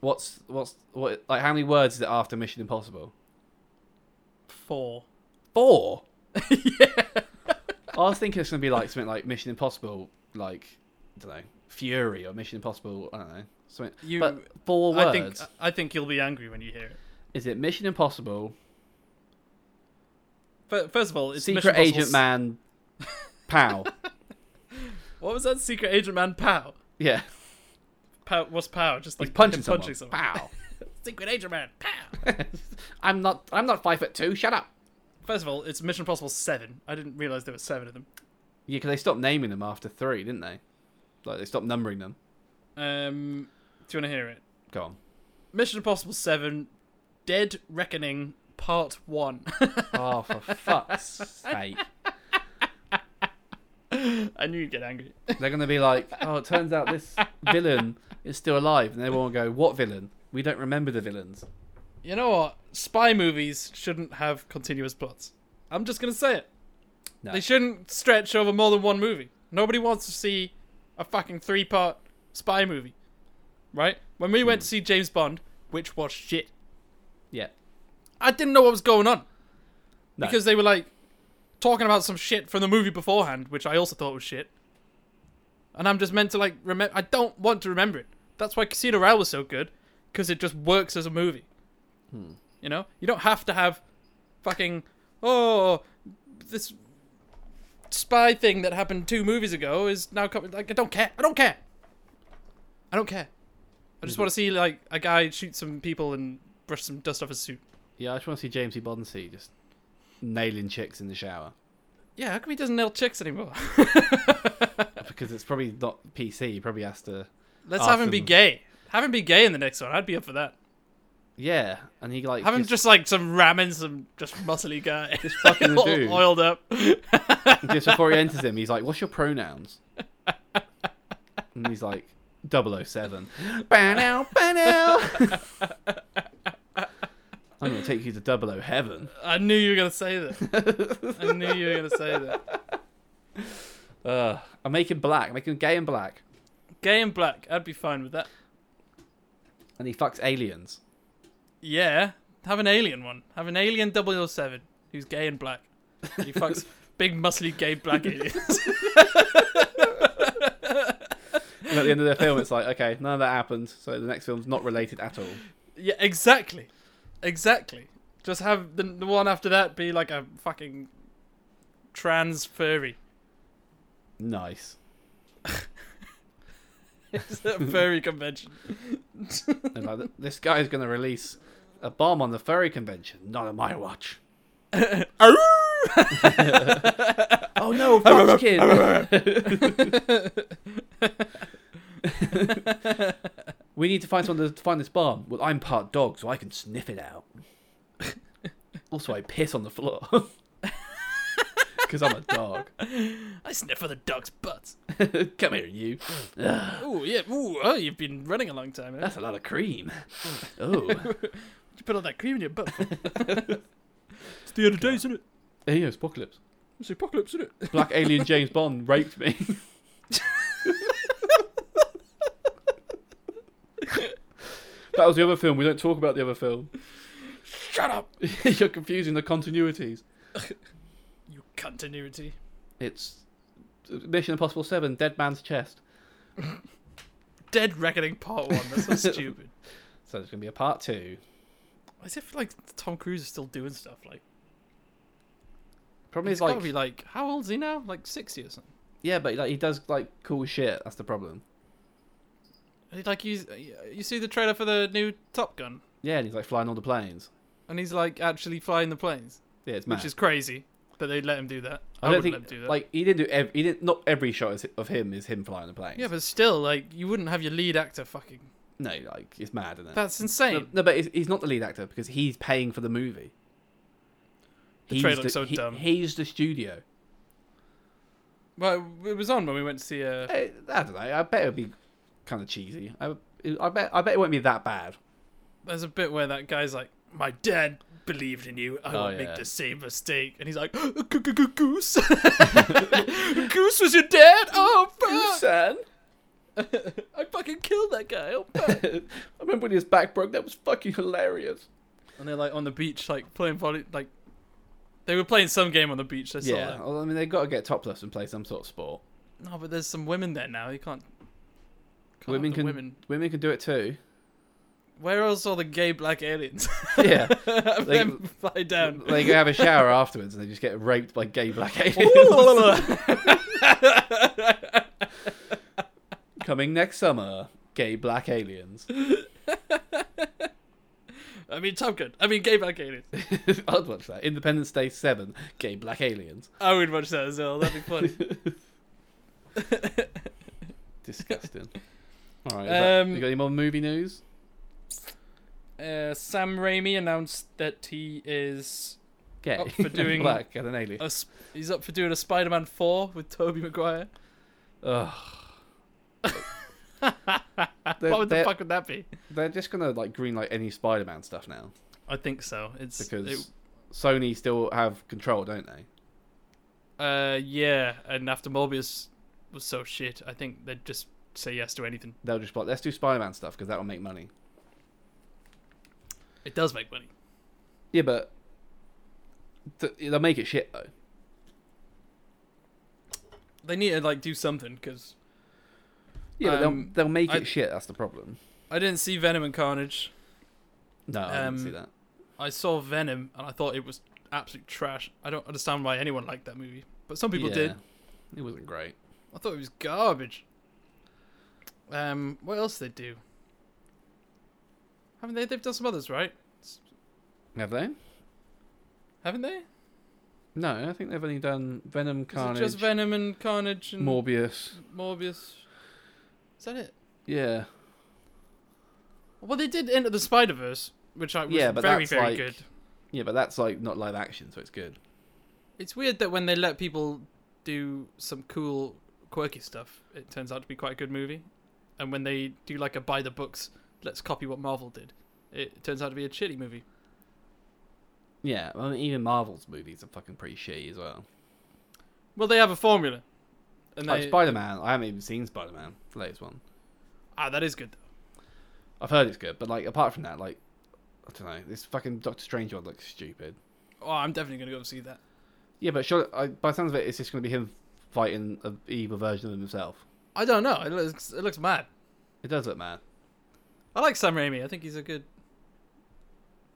[SPEAKER 1] What's what's what like how many words is it after Mission Impossible?
[SPEAKER 2] Four.
[SPEAKER 1] [LAUGHS] Four? yeah. I was thinking it's gonna be like something like Mission Impossible like I don't know, Fury or Mission Impossible, I don't know. Something
[SPEAKER 2] You-
[SPEAKER 1] but four words.
[SPEAKER 2] I think I think you'll be angry when you hear it.
[SPEAKER 1] Is it Mission Impossible?
[SPEAKER 2] But first of all, it's
[SPEAKER 1] Secret
[SPEAKER 2] Mission Impossible
[SPEAKER 1] Agent [LAUGHS]
[SPEAKER 2] s-
[SPEAKER 1] Man [LAUGHS] Pow.
[SPEAKER 2] What was that? Secret Agent Man Pow.
[SPEAKER 1] Yeah.
[SPEAKER 2] Pow. What's Pow? Just like
[SPEAKER 1] He's punching,
[SPEAKER 2] him
[SPEAKER 1] someone.
[SPEAKER 2] punching someone.
[SPEAKER 1] [LAUGHS] Pow.
[SPEAKER 2] Secret Agent Man Pow.
[SPEAKER 1] I'm not I'm not five foot two, shut up.
[SPEAKER 2] First of all, it's Mission Impossible Seven. I didn't realize there were seven of them.
[SPEAKER 1] Yeah, because they stopped naming them after three, didn't they? Like they stopped numbering them.
[SPEAKER 2] Um, do you want to hear it?
[SPEAKER 1] Go on.
[SPEAKER 2] Mission Impossible Seven: Dead Reckoning Part One. [LAUGHS]
[SPEAKER 1] Oh, for fuck's sake!
[SPEAKER 2] I knew you'd get angry. [LAUGHS]
[SPEAKER 1] They're gonna be like, oh, it turns out this villain is still alive, and everyone will go, what villain? We don't remember the villains.
[SPEAKER 2] You know what? Spy movies shouldn't have continuous plots. I'm just gonna say it.
[SPEAKER 1] No.
[SPEAKER 2] They shouldn't stretch over more than one movie. Nobody wants to see a fucking three-part spy movie, right? When we
[SPEAKER 1] Hmm.
[SPEAKER 2] went to see James Bond, which was shit,
[SPEAKER 1] Yeah.
[SPEAKER 2] I didn't know what was going on
[SPEAKER 1] No.
[SPEAKER 2] because they were like talking about some shit from the movie beforehand, which I also thought was shit. And I'm just meant to like remember. I don't want to remember it. That's why Casino Royale was so good because it just works as a movie. You know, you don't have to have fucking oh this spy thing that happened two movies ago is now coming. Like I don't care. I don't care. I don't care. I just want to see like a guy shoot some people and brush some dust off his suit.
[SPEAKER 1] yeah, I just want to see James E. Bondsey just nailing chicks in the shower
[SPEAKER 2] Yeah, how come he doesn't nail chicks anymore? [LAUGHS]
[SPEAKER 1] because it's probably not PC. He probably has to.
[SPEAKER 2] Let's have him be
[SPEAKER 1] Awesome.
[SPEAKER 2] gay. Have him be gay in the next one. I'd be up for that.
[SPEAKER 1] Yeah, and he like
[SPEAKER 2] Have him just like some ramen, some just muscly
[SPEAKER 1] [LAUGHS]
[SPEAKER 2] guy, just
[SPEAKER 1] fucking
[SPEAKER 2] [LAUGHS] all
[SPEAKER 1] dude.
[SPEAKER 2] oiled up.
[SPEAKER 1] just before he enters him, he's like, "What's your pronouns?" and he's like, "007." Bow now, bow now. I'm gonna take you to Double oh O Heaven.
[SPEAKER 2] I knew you were gonna say that. I knew you were gonna say that.
[SPEAKER 1] Uh, I'm making black. I'm making gay and black,
[SPEAKER 2] Gay and black. I'd be fine with that.
[SPEAKER 1] and he fucks aliens.
[SPEAKER 2] Yeah, have an alien one. Have an alien 007 who's gay and black. He fucks big muscly gay black aliens. [LAUGHS]
[SPEAKER 1] And at the end of the film, it's like, okay, none of that happened. So the next film's not related at all.
[SPEAKER 2] yeah, exactly, exactly. Just have the, the one after that be like a fucking trans furry.
[SPEAKER 1] Nice.
[SPEAKER 2] It's a furry [LAUGHS] convention.
[SPEAKER 1] And like, this guy's gonna release a bomb on the furry convention. Not on my watch.
[SPEAKER 2] Arrgh!
[SPEAKER 1] oh no, fox kid. [LAUGHS] we need to find someone to find this barn. Well, I'm part dog, so I can sniff it out. [LAUGHS] also, I piss on the floor [LAUGHS] because I'm a dog. [LAUGHS]
[SPEAKER 2] I sniff for the dog's butts.
[SPEAKER 1] Come here, you. [SIGHS]
[SPEAKER 2] Ooh, yeah. Ooh, oh, you've been running a long time. Huh?
[SPEAKER 1] That's a lot of cream. Oh, [LAUGHS]
[SPEAKER 2] You put all that cream in your butt. for? [LAUGHS] it's the other day, isn't it?
[SPEAKER 1] hey, it's apocalypse.
[SPEAKER 2] It's the apocalypse, isn't it?
[SPEAKER 1] Black alien James Bond raped me. that was the other film. We don't talk about the other film.
[SPEAKER 2] Shut up.
[SPEAKER 1] [LAUGHS] You're confusing the continuities.
[SPEAKER 2] You continuity.
[SPEAKER 1] It's Mission Impossible 7, Dead Man's Chest.
[SPEAKER 2] Dead Reckoning Part 1. That's [LAUGHS] so stupid.
[SPEAKER 1] So there's going to be a part two.
[SPEAKER 2] As if, like, Tom Cruise is still doing stuff. Like,
[SPEAKER 1] Problem
[SPEAKER 2] he's
[SPEAKER 1] is, like,
[SPEAKER 2] gotta be, like, how old is he now? Like, 60 or something.
[SPEAKER 1] yeah, but like he does like cool shit. That's the problem.
[SPEAKER 2] He, Like, you, you see the trailer for the new Top Gun,
[SPEAKER 1] Yeah, and he's like flying all the planes.
[SPEAKER 2] and he's, like, actually flying the planes,
[SPEAKER 1] Yeah, it's mad.
[SPEAKER 2] which is crazy that they let him do that.
[SPEAKER 1] I
[SPEAKER 2] I,
[SPEAKER 1] don't
[SPEAKER 2] would
[SPEAKER 1] think
[SPEAKER 2] let him do that.
[SPEAKER 1] like he didn't do ev- he didn't not every shot is, of him is him flying the plane.
[SPEAKER 2] yeah, but still, like, you wouldn't have your lead actor fucking.
[SPEAKER 1] no, like it's mad, isn't it?
[SPEAKER 2] That's
[SPEAKER 1] No,
[SPEAKER 2] insane.
[SPEAKER 1] no, but he's- he's not the lead actor because he's paying for the movie.
[SPEAKER 2] The trailer looks so
[SPEAKER 1] he-
[SPEAKER 2] dumb.
[SPEAKER 1] He's the studio.
[SPEAKER 2] Well, it was on when we went to see. Uh,
[SPEAKER 1] I, Eh, I don't know. I bet it'll be kind of cheesy. I, I bet. I bet it won't be that bad.
[SPEAKER 2] there's a bit where that guy's like, "My dad believed in you. I
[SPEAKER 1] Oh,
[SPEAKER 2] won't
[SPEAKER 1] yeah.
[SPEAKER 2] make the same mistake." And he's like, "Goose, [LAUGHS] goose was your dad? Oh fuck!
[SPEAKER 1] Sam,
[SPEAKER 2] I fucking killed that guy. Oh
[SPEAKER 1] [LAUGHS]
[SPEAKER 2] fuck!"
[SPEAKER 1] I remember when his back broke. That was fucking hilarious.
[SPEAKER 2] and they're like on the beach, like playing volley, like they were playing some game on the beach. I saw
[SPEAKER 1] Yeah.
[SPEAKER 2] that.
[SPEAKER 1] Well, I mean, they've got to get topless and play some sort of sport.
[SPEAKER 2] No, but there's some women there now. You can't. can't have
[SPEAKER 1] women
[SPEAKER 2] the
[SPEAKER 1] can.
[SPEAKER 2] Women.
[SPEAKER 1] Women can do it too.
[SPEAKER 2] Where else are the gay black aliens? [LAUGHS]
[SPEAKER 1] Yeah.
[SPEAKER 2] Have
[SPEAKER 1] They-
[SPEAKER 2] them fly down. [LAUGHS]
[SPEAKER 1] they go have a shower afterwards and they just get raped by gay black aliens. [LAUGHS]
[SPEAKER 2] Ooh.
[SPEAKER 1] Coming next summer, gay black aliens.
[SPEAKER 2] I mean, Top Gun. I mean, gay black aliens.
[SPEAKER 1] [LAUGHS] I'd watch that. Independence Day Seven, gay black aliens. [LAUGHS]
[SPEAKER 2] I would watch that as well. That'd be funny.
[SPEAKER 1] Disgusting. All right. is that-
[SPEAKER 2] Um,
[SPEAKER 1] you got any more movie news?
[SPEAKER 2] [LAUGHS] uh, Sam Raimi announced that he is
[SPEAKER 1] Gay.
[SPEAKER 2] up for
[SPEAKER 1] [LAUGHS]
[SPEAKER 2] doing-
[SPEAKER 1] black and an alien.
[SPEAKER 2] a sp- he's up for doing a Spider-Man four with Tobey [LAUGHS] Maguire.
[SPEAKER 1] Ugh. they're,
[SPEAKER 2] what would the
[SPEAKER 1] they're-
[SPEAKER 2] fuck would that be?
[SPEAKER 1] they're just gonna like green like any Spider-Man stuff now
[SPEAKER 2] I think so. It's
[SPEAKER 1] because
[SPEAKER 2] it-
[SPEAKER 1] Sony still have control, don't they?
[SPEAKER 2] uh, yeah. And after Morbius was so shit, I think they'd just say yes to anything.
[SPEAKER 1] They'll just be like, let's do Spider-Man stuff because that will make money.
[SPEAKER 2] It does make money.
[SPEAKER 1] Yeah, but th- they'll make it shit though.
[SPEAKER 2] They need to like do something because
[SPEAKER 1] Yeah, but
[SPEAKER 2] Um,
[SPEAKER 1] they'll they'll make
[SPEAKER 2] I-
[SPEAKER 1] it shit. That's the problem.
[SPEAKER 2] I didn't see Venom and Carnage.
[SPEAKER 1] No, I
[SPEAKER 2] Um,
[SPEAKER 1] didn't see that.
[SPEAKER 2] I saw Venom and I thought it was absolute trash. I don't understand why anyone liked that movie, but some people
[SPEAKER 1] Yeah.
[SPEAKER 2] did.
[SPEAKER 1] It wasn't great.
[SPEAKER 2] I thought it was garbage. Um, what else did they do? Haven't they? They've done some others, right?
[SPEAKER 1] Have they?
[SPEAKER 2] Haven't they?
[SPEAKER 1] No, I think they've only done Venom, Carnage,
[SPEAKER 2] Is it just Venom and Carnage
[SPEAKER 1] Hmm.
[SPEAKER 2] and
[SPEAKER 1] Morbius.
[SPEAKER 2] Morbius? Is that it?
[SPEAKER 1] Yeah,
[SPEAKER 2] Well, they did Enter the Spider Verse, which I was
[SPEAKER 1] Yeah, but
[SPEAKER 2] very
[SPEAKER 1] that's
[SPEAKER 2] very
[SPEAKER 1] like-
[SPEAKER 2] good.
[SPEAKER 1] yeah, but that's like not live action, so it's good.
[SPEAKER 2] It's weird that when they let people do some cool, quirky stuff, it turns out to be quite a good movie. And when they do like a by the books, let's copy what Marvel did, it turns out to be a shitty movie.
[SPEAKER 1] Yeah, I mean, even Marvel's movies are fucking pretty shitty as well.
[SPEAKER 2] Well, they have a formula. And
[SPEAKER 1] Like
[SPEAKER 2] they,
[SPEAKER 1] Spider Man, I haven't even seen Spider Man, the latest one.
[SPEAKER 2] ah, that is good.
[SPEAKER 1] I've heard it's good, but like apart from that, like I don't know, this fucking Doctor Strange one looks stupid.
[SPEAKER 2] Oh, I'm definitely gonna go see that.
[SPEAKER 1] Yeah, but sure, I, by the sounds of it, it's just going to be him fighting an evil version of himself.
[SPEAKER 2] I don't know. It looks it looks mad.
[SPEAKER 1] It does look mad.
[SPEAKER 2] I like Sam Raimi. I think he's a good.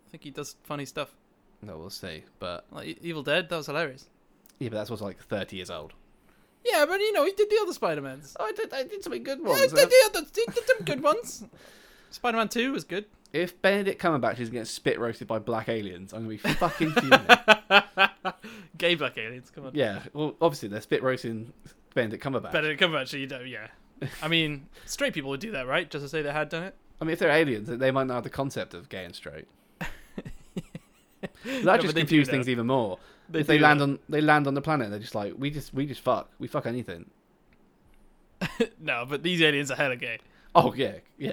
[SPEAKER 2] I think he does funny stuff.
[SPEAKER 1] No, we'll see. But
[SPEAKER 2] Like E- Evil Dead, that was hilarious.
[SPEAKER 1] yeah, but that's what's like thirty years old.
[SPEAKER 2] Yeah, but you know he did the other Spider Mans.
[SPEAKER 1] I did, I did something good
[SPEAKER 2] Yeah, he
[SPEAKER 1] ones.
[SPEAKER 2] did the other. He did some good ones. Spider Man Two was good.
[SPEAKER 1] If [LAUGHS] Benedict Cumberbatch is getting spit roasted by black aliens, I'm gonna be fucking fuming.
[SPEAKER 2] Gay black aliens. Come on.
[SPEAKER 1] Yeah, well, obviously they're spit roasting Benedict Cumberbatch.
[SPEAKER 2] Benedict Cumberbatch. You don't. Yeah. I mean, straight people would do that, right? Just to say they had done it.
[SPEAKER 1] I mean, if they're aliens, they might not have the concept of gay and
[SPEAKER 2] [LAUGHS]
[SPEAKER 1] straight. That
[SPEAKER 2] but
[SPEAKER 1] just
[SPEAKER 2] they do
[SPEAKER 1] confuses
[SPEAKER 2] know.
[SPEAKER 1] things even more.
[SPEAKER 2] They
[SPEAKER 1] if they
[SPEAKER 2] do
[SPEAKER 1] land
[SPEAKER 2] know.
[SPEAKER 1] on they land on the planet, they're just like we just we just fuck we fuck anything.
[SPEAKER 2] [LAUGHS] No, but these aliens are hella gay. [LAUGHS]
[SPEAKER 1] Oh yeah, yeah.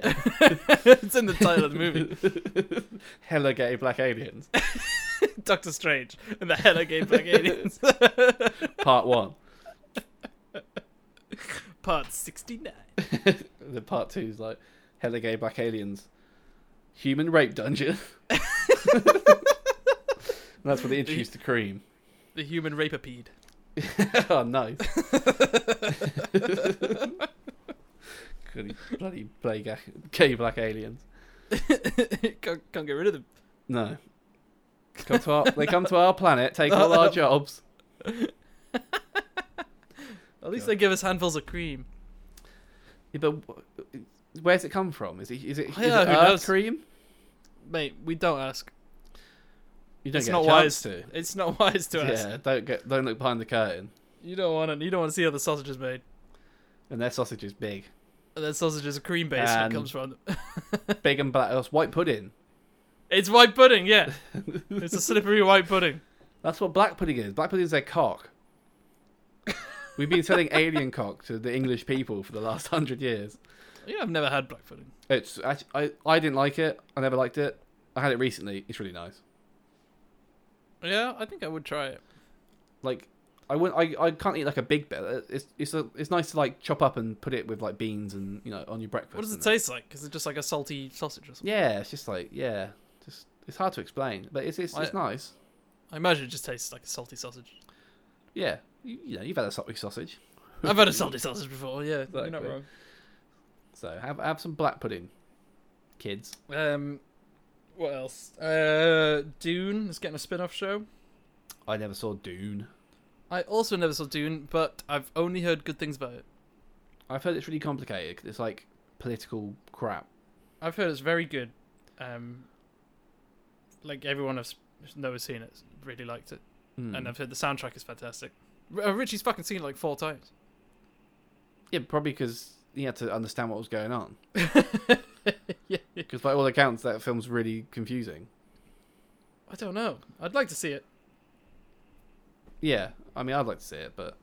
[SPEAKER 2] it's in the title of the [LAUGHS] movie,
[SPEAKER 1] [LAUGHS] Hella gay black aliens,
[SPEAKER 2] Doctor Strange and the hella gay black [LAUGHS] aliens,
[SPEAKER 1] part one. [LAUGHS]
[SPEAKER 2] part sixty nine. [LAUGHS]
[SPEAKER 1] the part two is like hella gay black aliens, human rape dungeon. [LAUGHS] And that's what they introduced to cream.
[SPEAKER 2] The human rapapede.
[SPEAKER 1] [LAUGHS] oh nice. Goody bloody play ga- gay black aliens.
[SPEAKER 2] [LAUGHS] can't, can't get rid of them.
[SPEAKER 1] No. Come to our, they come to our planet, take all
[SPEAKER 2] [LAUGHS]
[SPEAKER 1] our jobs.
[SPEAKER 2] At least
[SPEAKER 1] God.
[SPEAKER 2] they give us handfuls of cream.
[SPEAKER 1] Yeah, but wh- where's it come from? Is it is it, is
[SPEAKER 2] Yeah,
[SPEAKER 1] it
[SPEAKER 2] who
[SPEAKER 1] Earth
[SPEAKER 2] knows?
[SPEAKER 1] cream?
[SPEAKER 2] Mate, we don't ask.
[SPEAKER 1] You don't
[SPEAKER 2] it's
[SPEAKER 1] get
[SPEAKER 2] not
[SPEAKER 1] a chance
[SPEAKER 2] wise
[SPEAKER 1] to.
[SPEAKER 2] It's not wise to ask.
[SPEAKER 1] Yeah, don't get don't look behind the curtain.
[SPEAKER 2] You don't want to. You don't want to see how the sausage is made.
[SPEAKER 1] And their sausage is big,
[SPEAKER 2] And that sausage is a cream base that
[SPEAKER 1] And-
[SPEAKER 2] comes from. [LAUGHS]
[SPEAKER 1] big and black. That's white pudding.
[SPEAKER 2] it's white pudding. Yeah, it's a slippery white pudding.
[SPEAKER 1] That's what black pudding is. Black pudding is their
[SPEAKER 2] [LAUGHS]
[SPEAKER 1] cock. We've been selling alien cock to the English people for the last hundred years.
[SPEAKER 2] Yeah, I've never had black pudding.
[SPEAKER 1] It's I, I I didn't like it. I never liked it. I had it recently. It's really nice.
[SPEAKER 2] Yeah, I think I would try it.
[SPEAKER 1] like I wouldn't I, I can't eat like a big bit. It's it's a, it's nice to like chop up and put it with like beans and you know on your breakfast.
[SPEAKER 2] What does it
[SPEAKER 1] and-
[SPEAKER 2] taste like? Is it just like a salty sausage or something?
[SPEAKER 1] Yeah, it's just like yeah, just it's hard to explain, but it's it's, it's
[SPEAKER 2] I-
[SPEAKER 1] nice.
[SPEAKER 2] I imagine it just tastes like a salty sausage.
[SPEAKER 1] Yeah, you, you know you've had a salty sausage,
[SPEAKER 2] I've had a [LAUGHS] salty sausage before. Yeah, you're not
[SPEAKER 1] Exactly.
[SPEAKER 2] wrong.
[SPEAKER 1] so have have some black pudding, kids.
[SPEAKER 2] Um, what else? Uh, Dune is getting a spin-off show.
[SPEAKER 1] I never saw Dune.
[SPEAKER 2] I also never saw Dune, but I've only heard good things about it.
[SPEAKER 1] I've heard it's really complicated. 'cause It's like political crap.
[SPEAKER 2] I've heard it's very good. Um, like everyone I've s- know has seen it really liked it,
[SPEAKER 1] Hmm.
[SPEAKER 2] and I've heard the soundtrack is fantastic. R- uh, Richie's fucking seen it like four times.
[SPEAKER 1] yeah, probably because he had to understand what was going on.
[SPEAKER 2] [LAUGHS] Yeah.
[SPEAKER 1] Because by all accounts, that film's really confusing.
[SPEAKER 2] I don't know. I'd like to see it.
[SPEAKER 1] Yeah, I mean I'd like to see it, but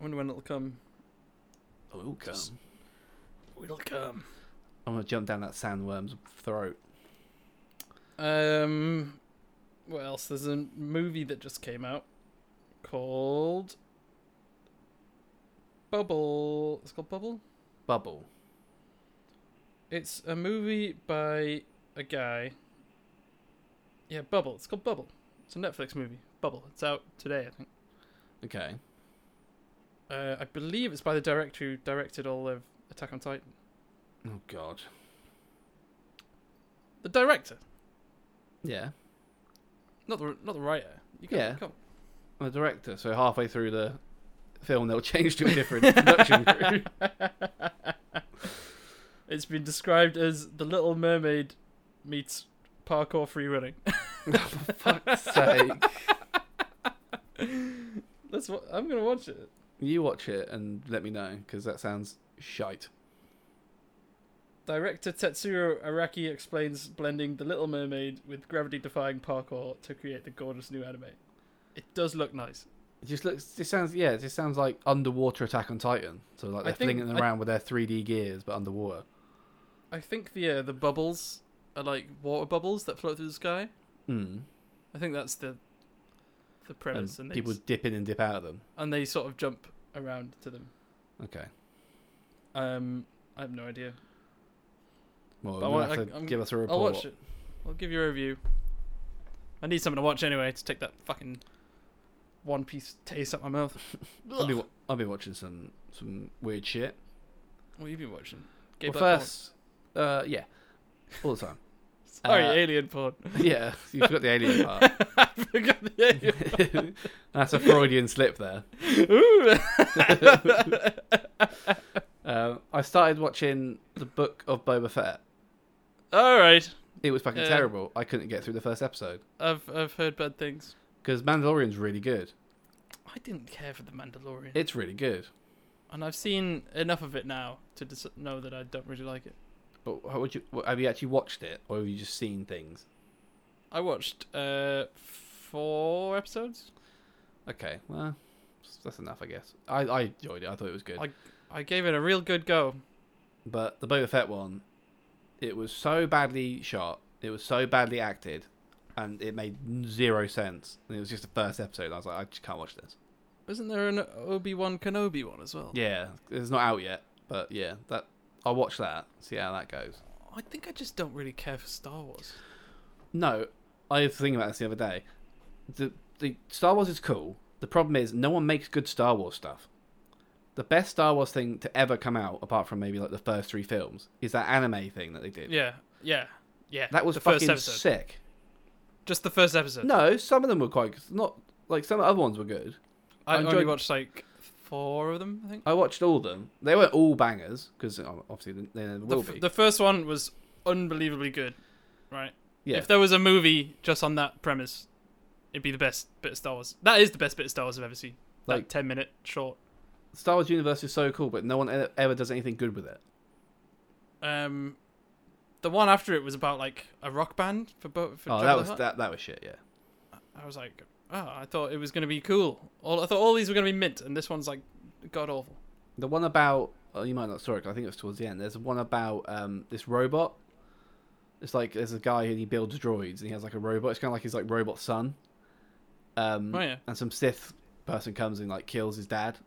[SPEAKER 2] I wonder when it'll come.
[SPEAKER 1] oh come.
[SPEAKER 2] It'll come.
[SPEAKER 1] I'm gonna jump down that sandworm's throat.
[SPEAKER 2] Um, what else? There's a movie that just came out called Bubble. It's called Bubble.
[SPEAKER 1] Bubble.
[SPEAKER 2] It's a movie by a guy. Yeah, Bubble. It's called Bubble. It's a Netflix movie. Bubble. It's out today, I think.
[SPEAKER 1] Okay.
[SPEAKER 2] Uh, I believe it's by the director who directed all of Attack on Titan.
[SPEAKER 1] Oh god.
[SPEAKER 2] The director,
[SPEAKER 1] Yeah.
[SPEAKER 2] not the not the writer. You can't,
[SPEAKER 1] Yeah.
[SPEAKER 2] you can't-
[SPEAKER 1] I'm a director, so halfway through the film they'll change to a [LAUGHS] different production crew.
[SPEAKER 2] It's been described as the Little Mermaid meets parkour free running. [LAUGHS]
[SPEAKER 1] For fuck's [LAUGHS] sake.
[SPEAKER 2] That's what I'm gonna watch it.
[SPEAKER 1] You watch it and let me know, because that sounds shite.
[SPEAKER 2] Director Tetsuro Araki explains blending The Little Mermaid with gravity-defying parkour to create the gorgeous new anime. It does look nice.
[SPEAKER 1] It just looks just sounds yeah, it just sounds like underwater attack on Titan. So like
[SPEAKER 2] I
[SPEAKER 1] they're
[SPEAKER 2] think-
[SPEAKER 1] flinging
[SPEAKER 2] I-
[SPEAKER 1] around with their three D gears but underwater.
[SPEAKER 2] I think the uh, the bubbles are like water bubbles that float through the sky.
[SPEAKER 1] Mm.
[SPEAKER 2] I think that's the the
[SPEAKER 1] And
[SPEAKER 2] premise, and, they
[SPEAKER 1] people
[SPEAKER 2] s-
[SPEAKER 1] dip in and dip out of them.
[SPEAKER 2] and they sort of jump around to them.
[SPEAKER 1] Okay.
[SPEAKER 2] Um, I have no idea.
[SPEAKER 1] Well,
[SPEAKER 2] But I
[SPEAKER 1] you'll
[SPEAKER 2] want-
[SPEAKER 1] have
[SPEAKER 2] I-
[SPEAKER 1] to
[SPEAKER 2] I'm-
[SPEAKER 1] give us a report.
[SPEAKER 2] I'll watch it. I'll give you a review. I need something to watch anyway to take that fucking One Piece taste out my mouth.
[SPEAKER 1] I'll be, wa- I'll be watching some some weird shit.
[SPEAKER 2] What have you been watching? Gay
[SPEAKER 1] well,
[SPEAKER 2] black porn.
[SPEAKER 1] first, uh, yeah, all
[SPEAKER 2] [LAUGHS]
[SPEAKER 1] the time.
[SPEAKER 2] Sorry,
[SPEAKER 1] uh,
[SPEAKER 2] alien porn. [LAUGHS]
[SPEAKER 1] yeah, you forgot the alien part. [LAUGHS]
[SPEAKER 2] I forgot the alien.
[SPEAKER 1] That's a Freudian slip there. [LAUGHS]
[SPEAKER 2] Ooh.
[SPEAKER 1] Um, I started watching the Book of Boba Fett.
[SPEAKER 2] All right.
[SPEAKER 1] It was fucking
[SPEAKER 2] Yeah.
[SPEAKER 1] terrible. I couldn't get through the first episode
[SPEAKER 2] I've I've heard bad things.
[SPEAKER 1] because Mandalorian's really good.
[SPEAKER 2] I didn't care for the Mandalorian,
[SPEAKER 1] It's really good.
[SPEAKER 2] and I've seen enough of it now to dis- know that I don't really like it.
[SPEAKER 1] But how would you? wh- Have you actually watched it, or have you just seen things?
[SPEAKER 2] I watched uh four episodes.
[SPEAKER 1] Okay, well, that's enough, I guess. I, I enjoyed it. I thought it was good.
[SPEAKER 2] Like- I gave it a real good go.
[SPEAKER 1] But the Boba Fett one, it was so badly shot, it was so badly acted, and it made zero sense. And it was just the first episode. And I was like, I just can't watch this.
[SPEAKER 2] Isn't there an Obi Wan Kenobi one as well?
[SPEAKER 1] Yeah, it's not out yet, but yeah, that I'll watch that. See how that goes.
[SPEAKER 2] I think I just don't really care for Star Wars.
[SPEAKER 1] No, I was thinking about this the other day. The the Star Wars is cool. The problem is no one makes good Star Wars stuff. The best Star Wars thing to ever come out, apart from maybe like the first three films, is that anime thing that they did.
[SPEAKER 2] Yeah, yeah, yeah.
[SPEAKER 1] That was
[SPEAKER 2] the
[SPEAKER 1] fucking
[SPEAKER 2] first episode.
[SPEAKER 1] sick.
[SPEAKER 2] Just the first episode.
[SPEAKER 1] No, some of them were quite not like some other ones were good.
[SPEAKER 2] I,
[SPEAKER 1] I
[SPEAKER 2] only
[SPEAKER 1] enjoyed-
[SPEAKER 2] watched like four of them. I think
[SPEAKER 1] I watched all of them. They weren't all bangers because obviously they- they never will
[SPEAKER 2] the, f-
[SPEAKER 1] be.
[SPEAKER 2] the first one was unbelievably good. Right.
[SPEAKER 1] yeah,
[SPEAKER 2] If there was a movie just on that premise, it'd be the best bit of Star Wars. That is the best bit of Star Wars I've ever seen.
[SPEAKER 1] Like-
[SPEAKER 2] that ten minute short.
[SPEAKER 1] Star Wars universe is so cool, but no one e- ever does anything good with it.
[SPEAKER 2] Um, the one after it was about like a rock band for both. For
[SPEAKER 1] Oh,
[SPEAKER 2] Jabba
[SPEAKER 1] that
[SPEAKER 2] the
[SPEAKER 1] was
[SPEAKER 2] Hutt.
[SPEAKER 1] that that was shit. Yeah,
[SPEAKER 2] I was like, oh, I thought it was gonna be cool. All I thought all these were gonna be mint, and this one's like god awful.
[SPEAKER 1] the one about oh, you might not saw it. 'cause I think it was towards the end. There's one about um this robot. It's like there's a guy who he builds droids and he has like a robot. It's kind of like his like robot son. Um,
[SPEAKER 2] Oh yeah.
[SPEAKER 1] and some Sith person comes and like kills his dad,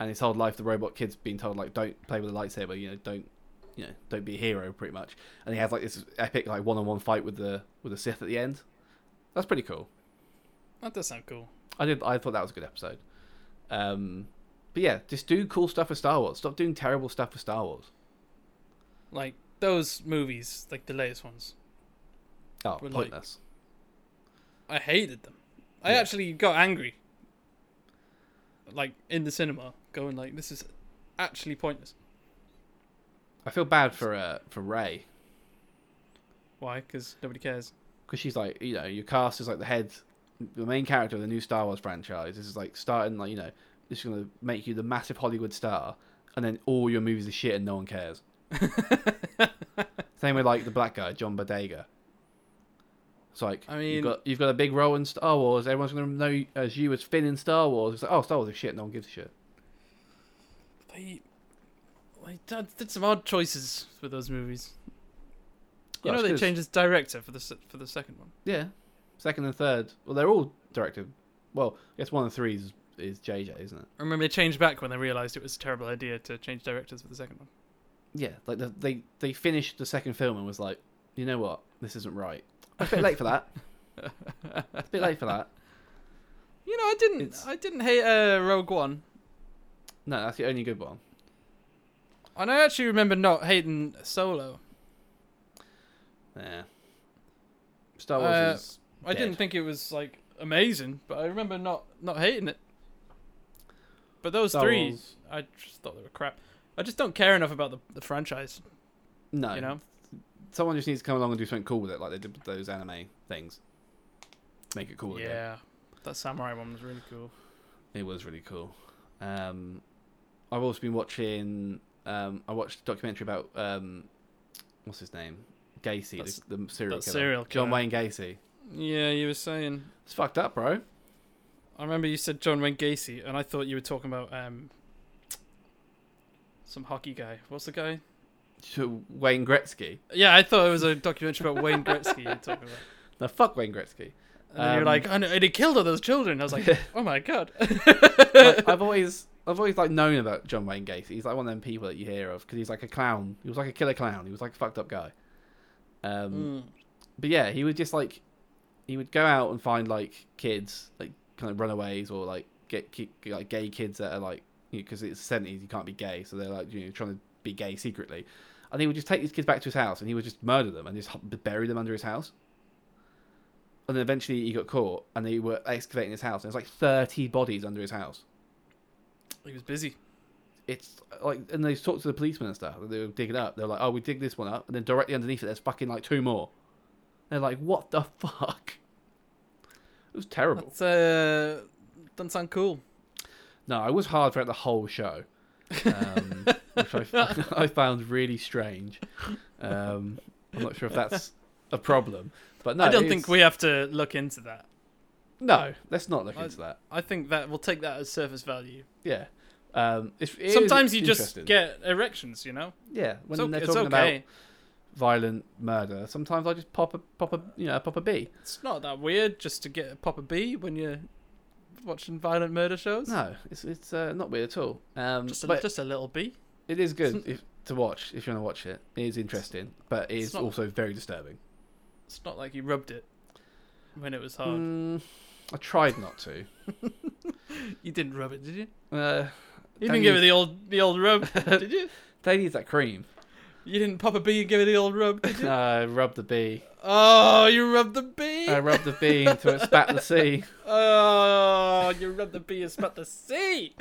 [SPEAKER 1] and his whole life the robot kid's been told like don't play with a lightsaber, you know, don't, you know, don't be a hero, pretty much. And he has like this epic like one on one fight with the with the Sith at the end. That's pretty cool.
[SPEAKER 2] That does sound cool.
[SPEAKER 1] I did. I thought that was a good episode. Um, but yeah, just do cool stuff for Star Wars. Stop doing terrible stuff for Star Wars.
[SPEAKER 2] Like those movies, like the latest ones.
[SPEAKER 1] Oh,
[SPEAKER 2] But, like-
[SPEAKER 1] pointless.
[SPEAKER 2] I hated them. I
[SPEAKER 1] Yeah.
[SPEAKER 2] actually got angry. Like in the cinema, going like, this is actually pointless.
[SPEAKER 1] I feel bad for uh, for Ray
[SPEAKER 2] Why? Because nobody cares.
[SPEAKER 1] because she's like you know your cast is like the head the main character of the new star wars franchise this is like starting like you know this is going to make you the massive hollywood star and then all your movies are shit and no one
[SPEAKER 2] [LAUGHS]
[SPEAKER 1] cares same with like the black guy john bodega it's like
[SPEAKER 2] I mean-
[SPEAKER 1] you've got you've got a big role in star wars everyone's going to know you- as you as finn in star wars it's like oh star wars is shit no one gives a shit
[SPEAKER 2] They, they did, did some odd choices with those movies. You
[SPEAKER 1] Well,
[SPEAKER 2] know
[SPEAKER 1] it's
[SPEAKER 2] they
[SPEAKER 1] 'cause-
[SPEAKER 2] changed his director for the se- for the second one.
[SPEAKER 1] yeah second and third well they're all directed well i guess one and three is, is jj isn't it
[SPEAKER 2] I remember they changed back when they realized it was a terrible idea to change directors for the second one.
[SPEAKER 1] yeah, like the, they they finished the second film and was like, you know what, this isn't right. A bit late for that. a bit late for that.
[SPEAKER 2] You know, I didn't
[SPEAKER 1] It's-
[SPEAKER 2] I didn't hate uh, Rogue One.
[SPEAKER 1] No, that's the only good one.
[SPEAKER 2] And I actually remember not hating Solo.
[SPEAKER 1] Yeah. Star Wars
[SPEAKER 2] Uh,
[SPEAKER 1] is
[SPEAKER 2] I
[SPEAKER 1] dead.
[SPEAKER 2] didn't think it was like amazing, but I remember not not hating it. But those
[SPEAKER 1] Star
[SPEAKER 2] three,
[SPEAKER 1] Wars-
[SPEAKER 2] I just thought they were crap. I just don't care enough about the, the franchise,
[SPEAKER 1] no.
[SPEAKER 2] you know.
[SPEAKER 1] Someone just needs to come along and do something cool with it, like they did with those anime things. Make it cool
[SPEAKER 2] yeah,
[SPEAKER 1] again.
[SPEAKER 2] that samurai one was really cool.
[SPEAKER 1] It was really cool. Um, I've also been watching. Um, I watched a documentary about um, what's his name, Gacy,
[SPEAKER 2] That's-
[SPEAKER 1] the, the serial,
[SPEAKER 2] that
[SPEAKER 1] killer.
[SPEAKER 2] serial
[SPEAKER 1] John
[SPEAKER 2] killer.
[SPEAKER 1] Wayne Gacy.
[SPEAKER 2] Yeah, you were saying.
[SPEAKER 1] It's fucked up, bro.
[SPEAKER 2] I remember you said John Wayne Gacy, and I thought you were talking about um some hockey guy. What's the guy?
[SPEAKER 1] to Wayne Gretzky.
[SPEAKER 2] Yeah, I thought it was a documentary about Wayne Gretzky you were talking about.
[SPEAKER 1] No, fuck Wayne Gretzky.
[SPEAKER 2] And then
[SPEAKER 1] Um, [LAUGHS]
[SPEAKER 2] you're like, "Oh, and, and he killed all those children. I was like, oh my god.
[SPEAKER 1] I, I've always, I've always like known about John Wayne Gacy. He's like one of them people that you hear of because he's like a clown. He was like a killer clown. He was like a fucked up guy. Um,
[SPEAKER 2] [LAUGHS] Mm.
[SPEAKER 1] but yeah, he would just like, he would go out and find like kids, like kind of runaways or like get ki- like gay kids that are like, because it's seventies, you can't be gay, so they're like you know trying to be gay secretly, and he would just take these kids back to his house and he would just murder them and just h- bury them under his house. And then eventually he got caught and they were excavating his house and there's like thirty bodies under his house.
[SPEAKER 2] He was busy.
[SPEAKER 1] it's like and they talked to the policemen and stuff and they were digging up they're like oh we dig this one up and then directly underneath it there's fucking like two more they're like what the fuck It was terrible.
[SPEAKER 2] That's uh, doesn't sound cool.
[SPEAKER 1] No, I was hard throughout the whole show,
[SPEAKER 2] [LAUGHS]
[SPEAKER 1] um, which I, [LAUGHS] I found really strange. Um, I'm not sure if that's a problem, but no,
[SPEAKER 2] I don't
[SPEAKER 1] it's-
[SPEAKER 2] think we have to look into that.
[SPEAKER 1] No, let's not look
[SPEAKER 2] I-
[SPEAKER 1] into that.
[SPEAKER 2] I think that we'll take that as surface value.
[SPEAKER 1] Yeah, um, it's, it is
[SPEAKER 2] Sometimes you just
[SPEAKER 1] interesting.
[SPEAKER 2] get erections, you know.
[SPEAKER 1] yeah when
[SPEAKER 2] it's, o-
[SPEAKER 1] they're
[SPEAKER 2] it's
[SPEAKER 1] talking
[SPEAKER 2] okay.
[SPEAKER 1] about violent murder. Sometimes I just pop a pop a you know pop a bee.
[SPEAKER 2] It's not that weird just to get a pop a bee when you're watching violent murder shows.
[SPEAKER 1] No, it's it's uh, not weird at all. Um,
[SPEAKER 2] just a,
[SPEAKER 1] but
[SPEAKER 2] just a little bee.
[SPEAKER 1] it is good if, to watch if you want to watch it. It is interesting, but it
[SPEAKER 2] it's
[SPEAKER 1] is
[SPEAKER 2] not-
[SPEAKER 1] also very disturbing.
[SPEAKER 2] It's not like you rubbed it when it was hard.
[SPEAKER 1] Mm, I tried not to.
[SPEAKER 2] You didn't rub it, did you?
[SPEAKER 1] Uh,
[SPEAKER 2] You
[SPEAKER 1] Don't
[SPEAKER 2] didn't give
[SPEAKER 1] you-
[SPEAKER 2] it the old the
[SPEAKER 1] [LAUGHS]
[SPEAKER 2] old rub, did you?
[SPEAKER 1] They need that cream.
[SPEAKER 2] You didn't pop a bee and give it the old rub. did you?
[SPEAKER 1] No, I rubbed the bee.
[SPEAKER 2] Oh, you rubbed the bee.
[SPEAKER 1] I rubbed the bee until it spat the sea.
[SPEAKER 2] Oh, you rubbed the bee and spat
[SPEAKER 1] [LAUGHS]
[SPEAKER 2] the sea.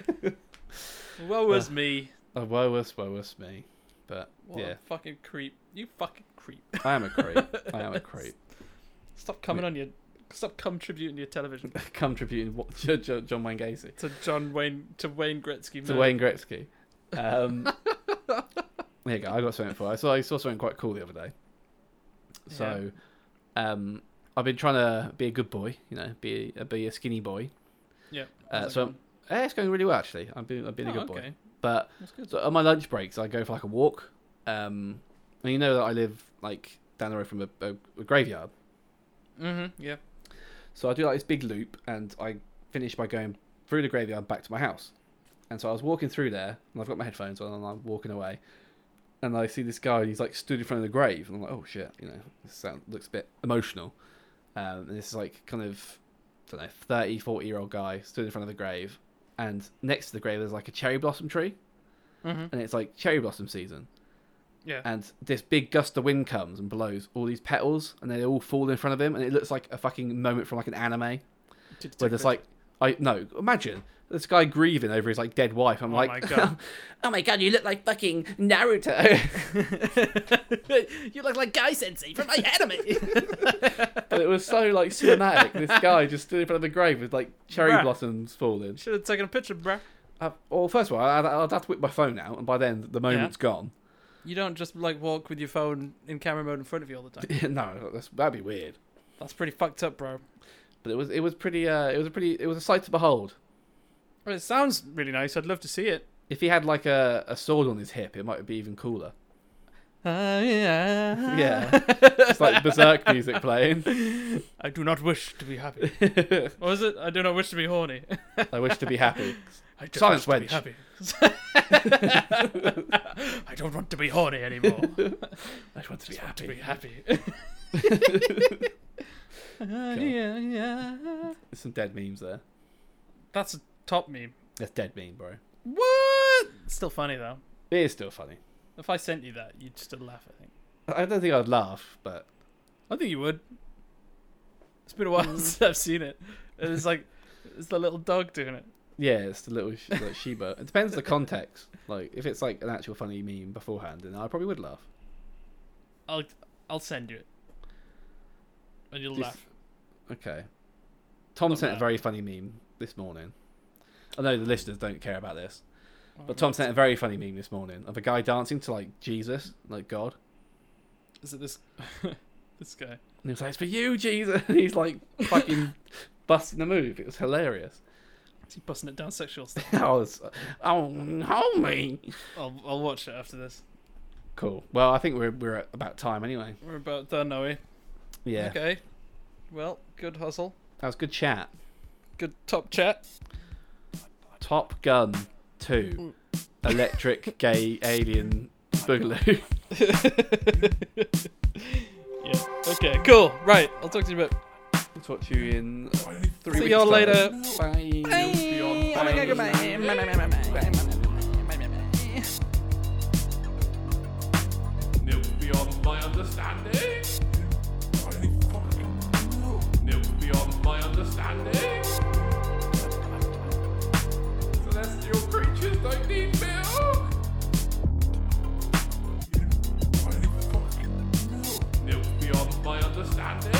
[SPEAKER 2] Woe was me.
[SPEAKER 1] Oh, woe us, woe us me. But
[SPEAKER 2] What
[SPEAKER 1] yeah,
[SPEAKER 2] a fucking creep. You fucking creep.
[SPEAKER 1] I am a creep. I am a
[SPEAKER 2] [LAUGHS]
[SPEAKER 1] creep.
[SPEAKER 2] Stop coming on your. Stop contributing your television
[SPEAKER 1] Contributing what, Jo- Jo- John Wayne Gacy
[SPEAKER 2] to John Wayne to Wayne Gretzky.
[SPEAKER 1] to
[SPEAKER 2] man.
[SPEAKER 1] Wayne Gretzky.
[SPEAKER 2] [LAUGHS]
[SPEAKER 1] Um, there you go. I got something for. you. I saw I saw something quite cool the other day. So, um, I've been trying to be a good boy. You know, be a, be a skinny boy.
[SPEAKER 2] Yeah.
[SPEAKER 1] Uh,
[SPEAKER 2] How's
[SPEAKER 1] so
[SPEAKER 2] that
[SPEAKER 1] I'm, eh, it's going really well actually. I've been I've been a
[SPEAKER 2] going?
[SPEAKER 1] good
[SPEAKER 2] Oh,
[SPEAKER 1] boy.
[SPEAKER 2] okay.
[SPEAKER 1] But
[SPEAKER 2] That's good.
[SPEAKER 1] So on my lunch breaks, I go for like a walk. Um, and you know that I live like down the road from a, a, a graveyard,
[SPEAKER 2] Mm-hmm. Yeah.
[SPEAKER 1] so I do like this big loop, and I finish by going through the graveyard back to my house. And so I was walking through there, and I've got my headphones on, and I'm walking away, and I see this guy, and he's like stood in front of the grave, and I'm like, oh shit, you know, this sound looks a bit emotional. Um, and this is like kind of, I don't know, 30, 40 year old guy stood in front of the grave, and next to the grave there's like a cherry blossom tree,
[SPEAKER 2] Mm-hmm.
[SPEAKER 1] and it's like cherry blossom season.
[SPEAKER 2] Yeah.
[SPEAKER 1] and this big gust of wind comes and blows all these petals and they all fall in front of him and it looks like a fucking moment from like an anime
[SPEAKER 2] Did you
[SPEAKER 1] where
[SPEAKER 2] take
[SPEAKER 1] there's
[SPEAKER 2] pictures?
[SPEAKER 1] like I no imagine this guy grieving over his like dead wife I'm [LAUGHS]
[SPEAKER 2] Oh
[SPEAKER 1] like
[SPEAKER 2] my God.
[SPEAKER 1] oh my god you look like fucking Naruto [LAUGHS]
[SPEAKER 4] [LAUGHS] You look like Guy Sensei from my anime.
[SPEAKER 1] but it was so like cinematic this guy just stood in front of the grave with like cherry
[SPEAKER 2] Bruh.
[SPEAKER 1] blossoms falling
[SPEAKER 2] Should have taken a picture, bruh.
[SPEAKER 1] uh, well first of all I'd, I'd have to whip my phone out and by then the moment's gone [LAUGHS]
[SPEAKER 2] You don't just like walk with your phone in camera mode in front of you all the time.
[SPEAKER 1] no that's, that'd be weird
[SPEAKER 2] That's pretty fucked up, bro.
[SPEAKER 1] but it was it was pretty uh, it was a pretty it was a sight to behold
[SPEAKER 2] Well, it sounds really nice. I'd love to see it.
[SPEAKER 1] If he had like a, a sword on his hip, it might be even cooler. [LAUGHS]
[SPEAKER 2] yeah.
[SPEAKER 1] Yeah. it's like berserk music playing.
[SPEAKER 2] [LAUGHS] I do not wish to be happy. what was it? I do not wish to be horny.
[SPEAKER 1] I wish to be happy. [LAUGHS]
[SPEAKER 2] I do
[SPEAKER 1] Silence
[SPEAKER 2] not wish
[SPEAKER 1] wedge.
[SPEAKER 2] To be happy. [LAUGHS] I don't want to be horny anymore.
[SPEAKER 1] [LAUGHS] I just want to be
[SPEAKER 2] To
[SPEAKER 1] happy.
[SPEAKER 2] be happy. [LAUGHS]
[SPEAKER 1] There's some dead memes there.
[SPEAKER 2] That's a top meme.
[SPEAKER 1] That's dead meme, bro.
[SPEAKER 2] What? Still funny though.
[SPEAKER 1] It is still funny.
[SPEAKER 2] If I sent you that, you'd still laugh. I think.
[SPEAKER 1] I don't think I'd laugh, but
[SPEAKER 2] I think you would. Mm. It's been a while [LAUGHS] since I've seen it. And It's like it's the little dog doing it.
[SPEAKER 1] yeah, it's the little sh- like Sheba. It depends the context. Like if it's like an actual funny meme beforehand, then I probably would laugh.
[SPEAKER 2] I'll I'll send you it, and you'll
[SPEAKER 1] This-
[SPEAKER 2] laugh.
[SPEAKER 1] Okay. Tom
[SPEAKER 2] Not
[SPEAKER 1] sent a
[SPEAKER 2] bad.
[SPEAKER 1] very funny meme this morning. I know the listeners don't care about this, but Tom sent a very funny meme this morning of a guy dancing to like Jesus, like God.
[SPEAKER 2] Is it this [LAUGHS] this guy?
[SPEAKER 1] And he was like, "It's for you, Jesus." [LAUGHS] And he's like fucking busting the move. It was [LAUGHS] hilarious.
[SPEAKER 2] Is he busting it down sexual stuff?
[SPEAKER 1] I was, oh, homie.
[SPEAKER 2] [LAUGHS] I'll I'll watch it after this.
[SPEAKER 1] Cool. Well, I think we're we're at about time anyway.
[SPEAKER 2] We're about done, are we?
[SPEAKER 1] Yeah,
[SPEAKER 2] Okay. Well, good hustle.
[SPEAKER 1] that was good chat.
[SPEAKER 2] Good top chat. [LAUGHS]
[SPEAKER 1] Top Gun Two, [LAUGHS] electric gay alien boogaloo.
[SPEAKER 2] Yeah. Okay. Cool. Right. I'll talk to you a bit.
[SPEAKER 1] Talk to you in three
[SPEAKER 2] See
[SPEAKER 1] weeks.
[SPEAKER 2] y'all
[SPEAKER 1] time.
[SPEAKER 2] later.
[SPEAKER 1] Bye.
[SPEAKER 4] Oh my god, goodbye.
[SPEAKER 3] Milk beyond my understanding. Milk beyond my understanding. Celestial creatures don't need milk. Milk beyond my understanding.